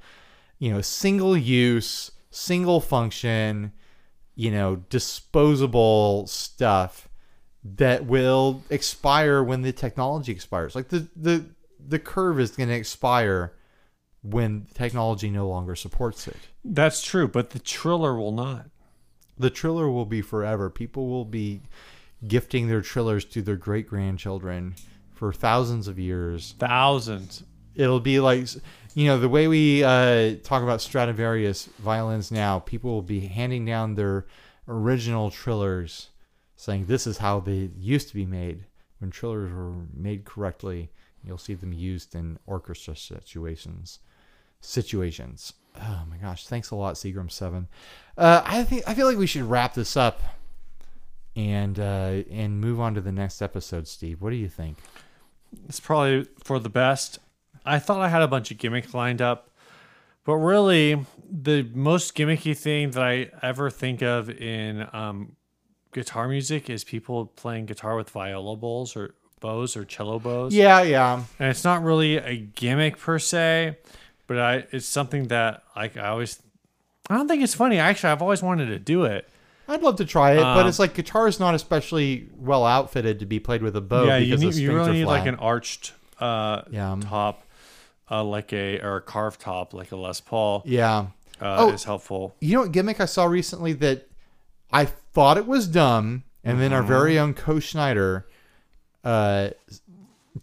Speaker 2: You know, single use, single function, you know, disposable stuff that will expire when the technology expires. Like the the the curve is going to expire when technology no longer supports it.
Speaker 1: That's true, but the Triller will not.
Speaker 2: The Triller will be forever. People will be gifting their Trillers to their great grandchildren for thousands of years.
Speaker 1: Thousands.
Speaker 2: It'll be like, you know, the way we uh, talk about Stradivarius violins now, people will be handing down their original Trillers saying this is how they used to be made. When Trillers were made correctly, you'll see them used in orchestra situations situations. Oh my gosh! Thanks a lot, Seagram Seven. Uh, I think I feel like we should wrap this up and uh, and move on to the next episode. Steve, what do you think?
Speaker 1: It's probably for the best. I thought I had a bunch of gimmicks lined up, but really, the most gimmicky thing that I ever think of in um, guitar music is people playing guitar with viola bowls or bows or cello bows.
Speaker 2: Yeah, yeah.
Speaker 1: and it's not really a gimmick per se, but I it's something that like I always I don't think it's funny. Actually, I've always wanted to do it.
Speaker 2: I'd love to try it,
Speaker 1: Um,
Speaker 2: but it's like guitar is not especially well outfitted to be played with a bow.
Speaker 1: yeah, you
Speaker 2: Oh, because
Speaker 1: need
Speaker 2: the
Speaker 1: you
Speaker 2: strings
Speaker 1: really
Speaker 2: are
Speaker 1: need like
Speaker 2: flat.
Speaker 1: an arched uh
Speaker 2: Yeah.
Speaker 1: top, uh like a or a carved top like a Les Paul.
Speaker 2: Yeah.
Speaker 1: Uh,
Speaker 2: Oh.
Speaker 1: is helpful.
Speaker 2: You know what gimmick I saw recently that I thought it was dumb, and then our very
Speaker 1: Mm-hmm.
Speaker 2: own Co Schneider uh,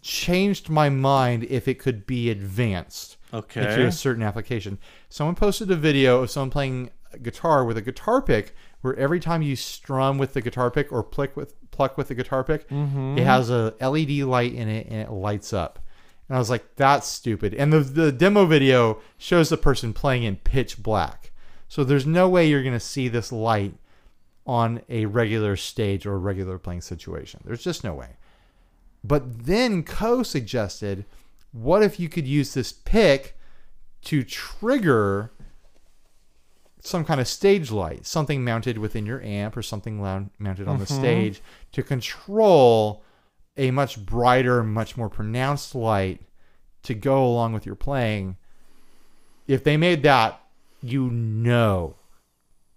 Speaker 2: changed my mind if it could be advanced into
Speaker 1: Okay.
Speaker 2: a certain application. Someone posted a video of someone playing guitar with a guitar pick, where every time you strum with the guitar pick or pluck with pluck with the guitar pick, it has a LED light in it and it lights up. And I was like, that's stupid. And the the demo video shows the person playing in pitch black, so there's no way you're gonna see this light on a regular stage or a regular playing situation. There's just no way. But then Co suggested, what if you could use this pick to trigger some kind of stage light, something mounted within your amp or something lou- mounted on the stage to control a much brighter, much more pronounced light to go along with your playing. If they made that, you know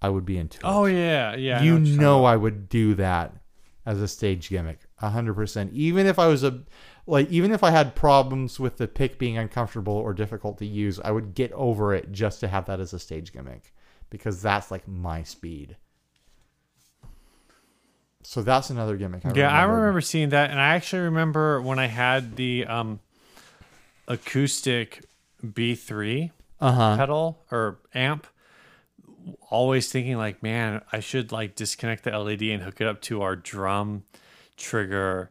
Speaker 2: I would be into it
Speaker 1: Oh yeah, yeah. I
Speaker 2: you
Speaker 1: what you're
Speaker 2: know I would do that as a stage gimmick, hundred percent. Even if I was a like, even if I had problems with the pick being uncomfortable or difficult to use, I would get over it just to have that as a stage gimmick because that's like my speed. So that's another gimmick. I
Speaker 1: Yeah, I
Speaker 2: remembered.
Speaker 1: remember seeing that, and I actually remember when I had the um, acoustic B3
Speaker 2: Uh-huh.
Speaker 1: pedal or amp. Always thinking like, man, I should like disconnect the LED and hook it up to our drum trigger,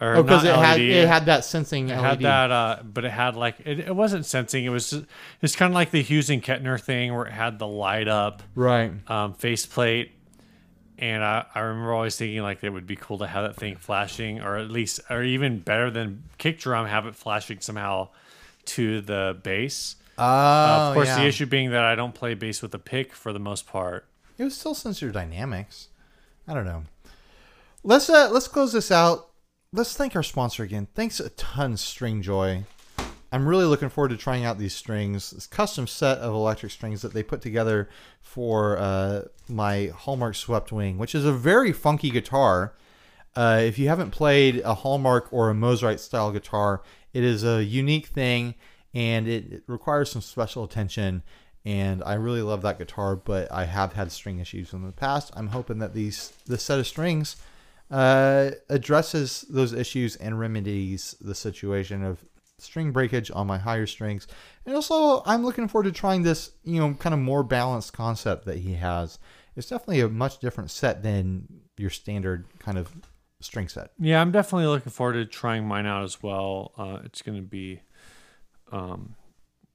Speaker 1: or
Speaker 2: Oh, because
Speaker 1: not
Speaker 2: it
Speaker 1: LED.
Speaker 2: had it had E that sensing
Speaker 1: It
Speaker 2: LED.
Speaker 1: had that, uh, but it had like it, it wasn't sensing. It was just, it's kind of like the Hughes and Kettner thing where it had the light up
Speaker 2: right.
Speaker 1: um, faceplate. And I, I remember always thinking like it would be cool to have that thing flashing, or at least, or even better than kick drum, have it flashing somehow to the bass. Uh,
Speaker 2: Oh,
Speaker 1: of course, the issue being that I don't play bass with a pick for the most part.
Speaker 2: It was still sensor dynamics. I don't know. Let's uh let's close this out. Let's thank our sponsor again. Thanks a ton, String Joy. I'm really looking forward to trying out these strings, this custom set of electric strings that they put together for uh, my Hallmark Swept Wing, which is a very funky guitar. Uh, if you haven't played a Hallmark or a Mozart style guitar, it is a unique thing and it, it requires some special attention. And I really love that guitar, but I have had string issues in the past. I'm hoping that these this set of strings uh, addresses those issues and remedies the situation of string breakage on my higher strings. And also, I'm looking forward to trying this, you know, kind of more balanced concept that he has. It's definitely a much different set than your standard kind of string set.
Speaker 1: Yeah, I'm definitely looking forward to trying mine out as well. Uh, it's gonna be, um,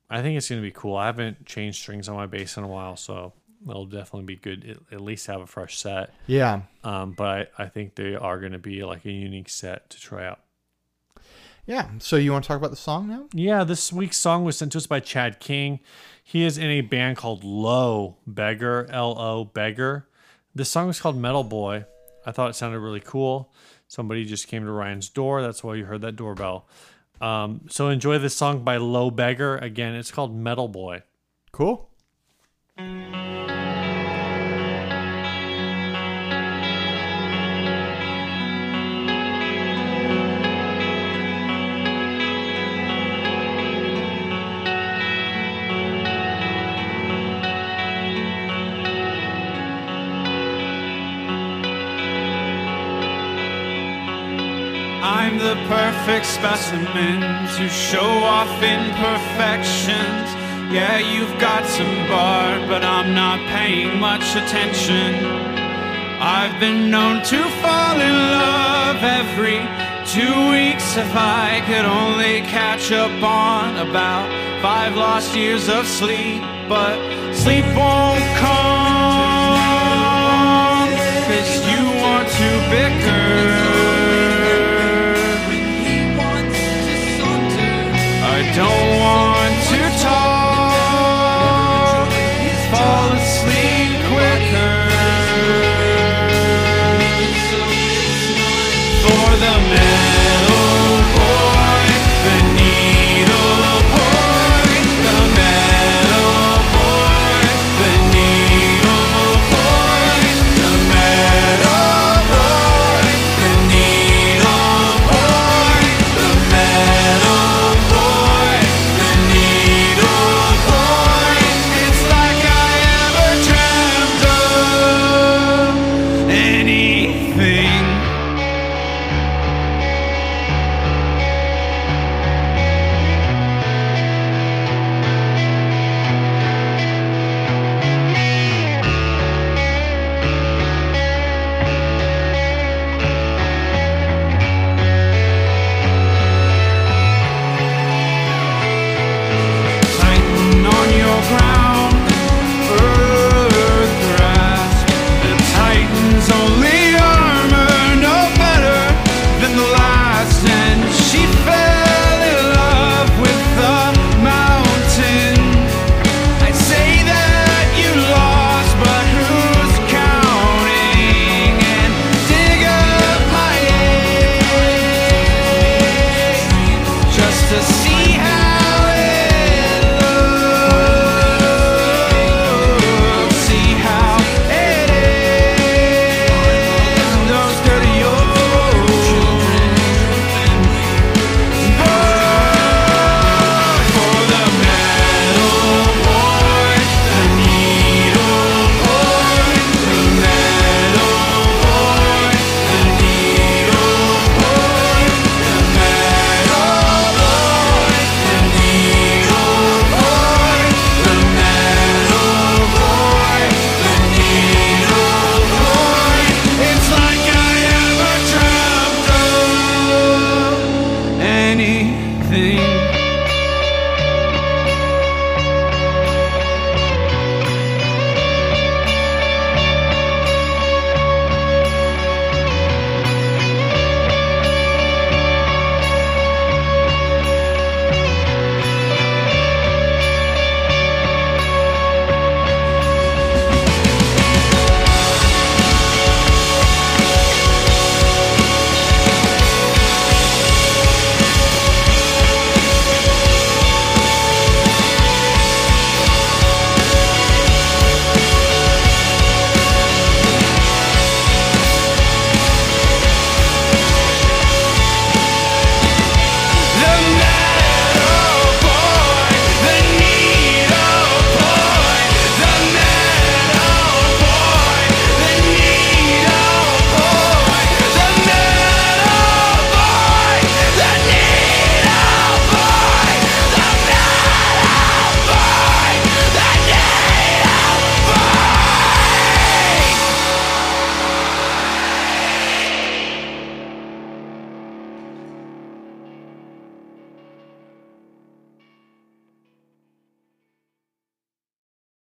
Speaker 1: I think it's gonna be cool. I haven't changed strings on my bass in a while, so it'll definitely be good. At, at least have a fresh set.
Speaker 2: Yeah.
Speaker 1: um, but I, I think they are going to be like a unique set to try out.
Speaker 2: Yeah. So you want to talk about the song now?
Speaker 1: Yeah, this week's song was sent to us by Chad King. He is in a band called Low Beggar, L O Beggar. This song is called Metal Boy. I thought it sounded really cool. Somebody just came to Ryan's door. That's why you heard that doorbell. Um, so enjoy this song by Low Beggar. Again, it's called Metal Boy.
Speaker 2: Cool.
Speaker 4: I'm the perfect specimen to show off imperfections. Yeah, you've got some bar, but I'm not paying much attention. I've been known to fall in love every two weeks if I could only catch up on about five lost years of sleep, but sleep won't come 'cause you want to bicker.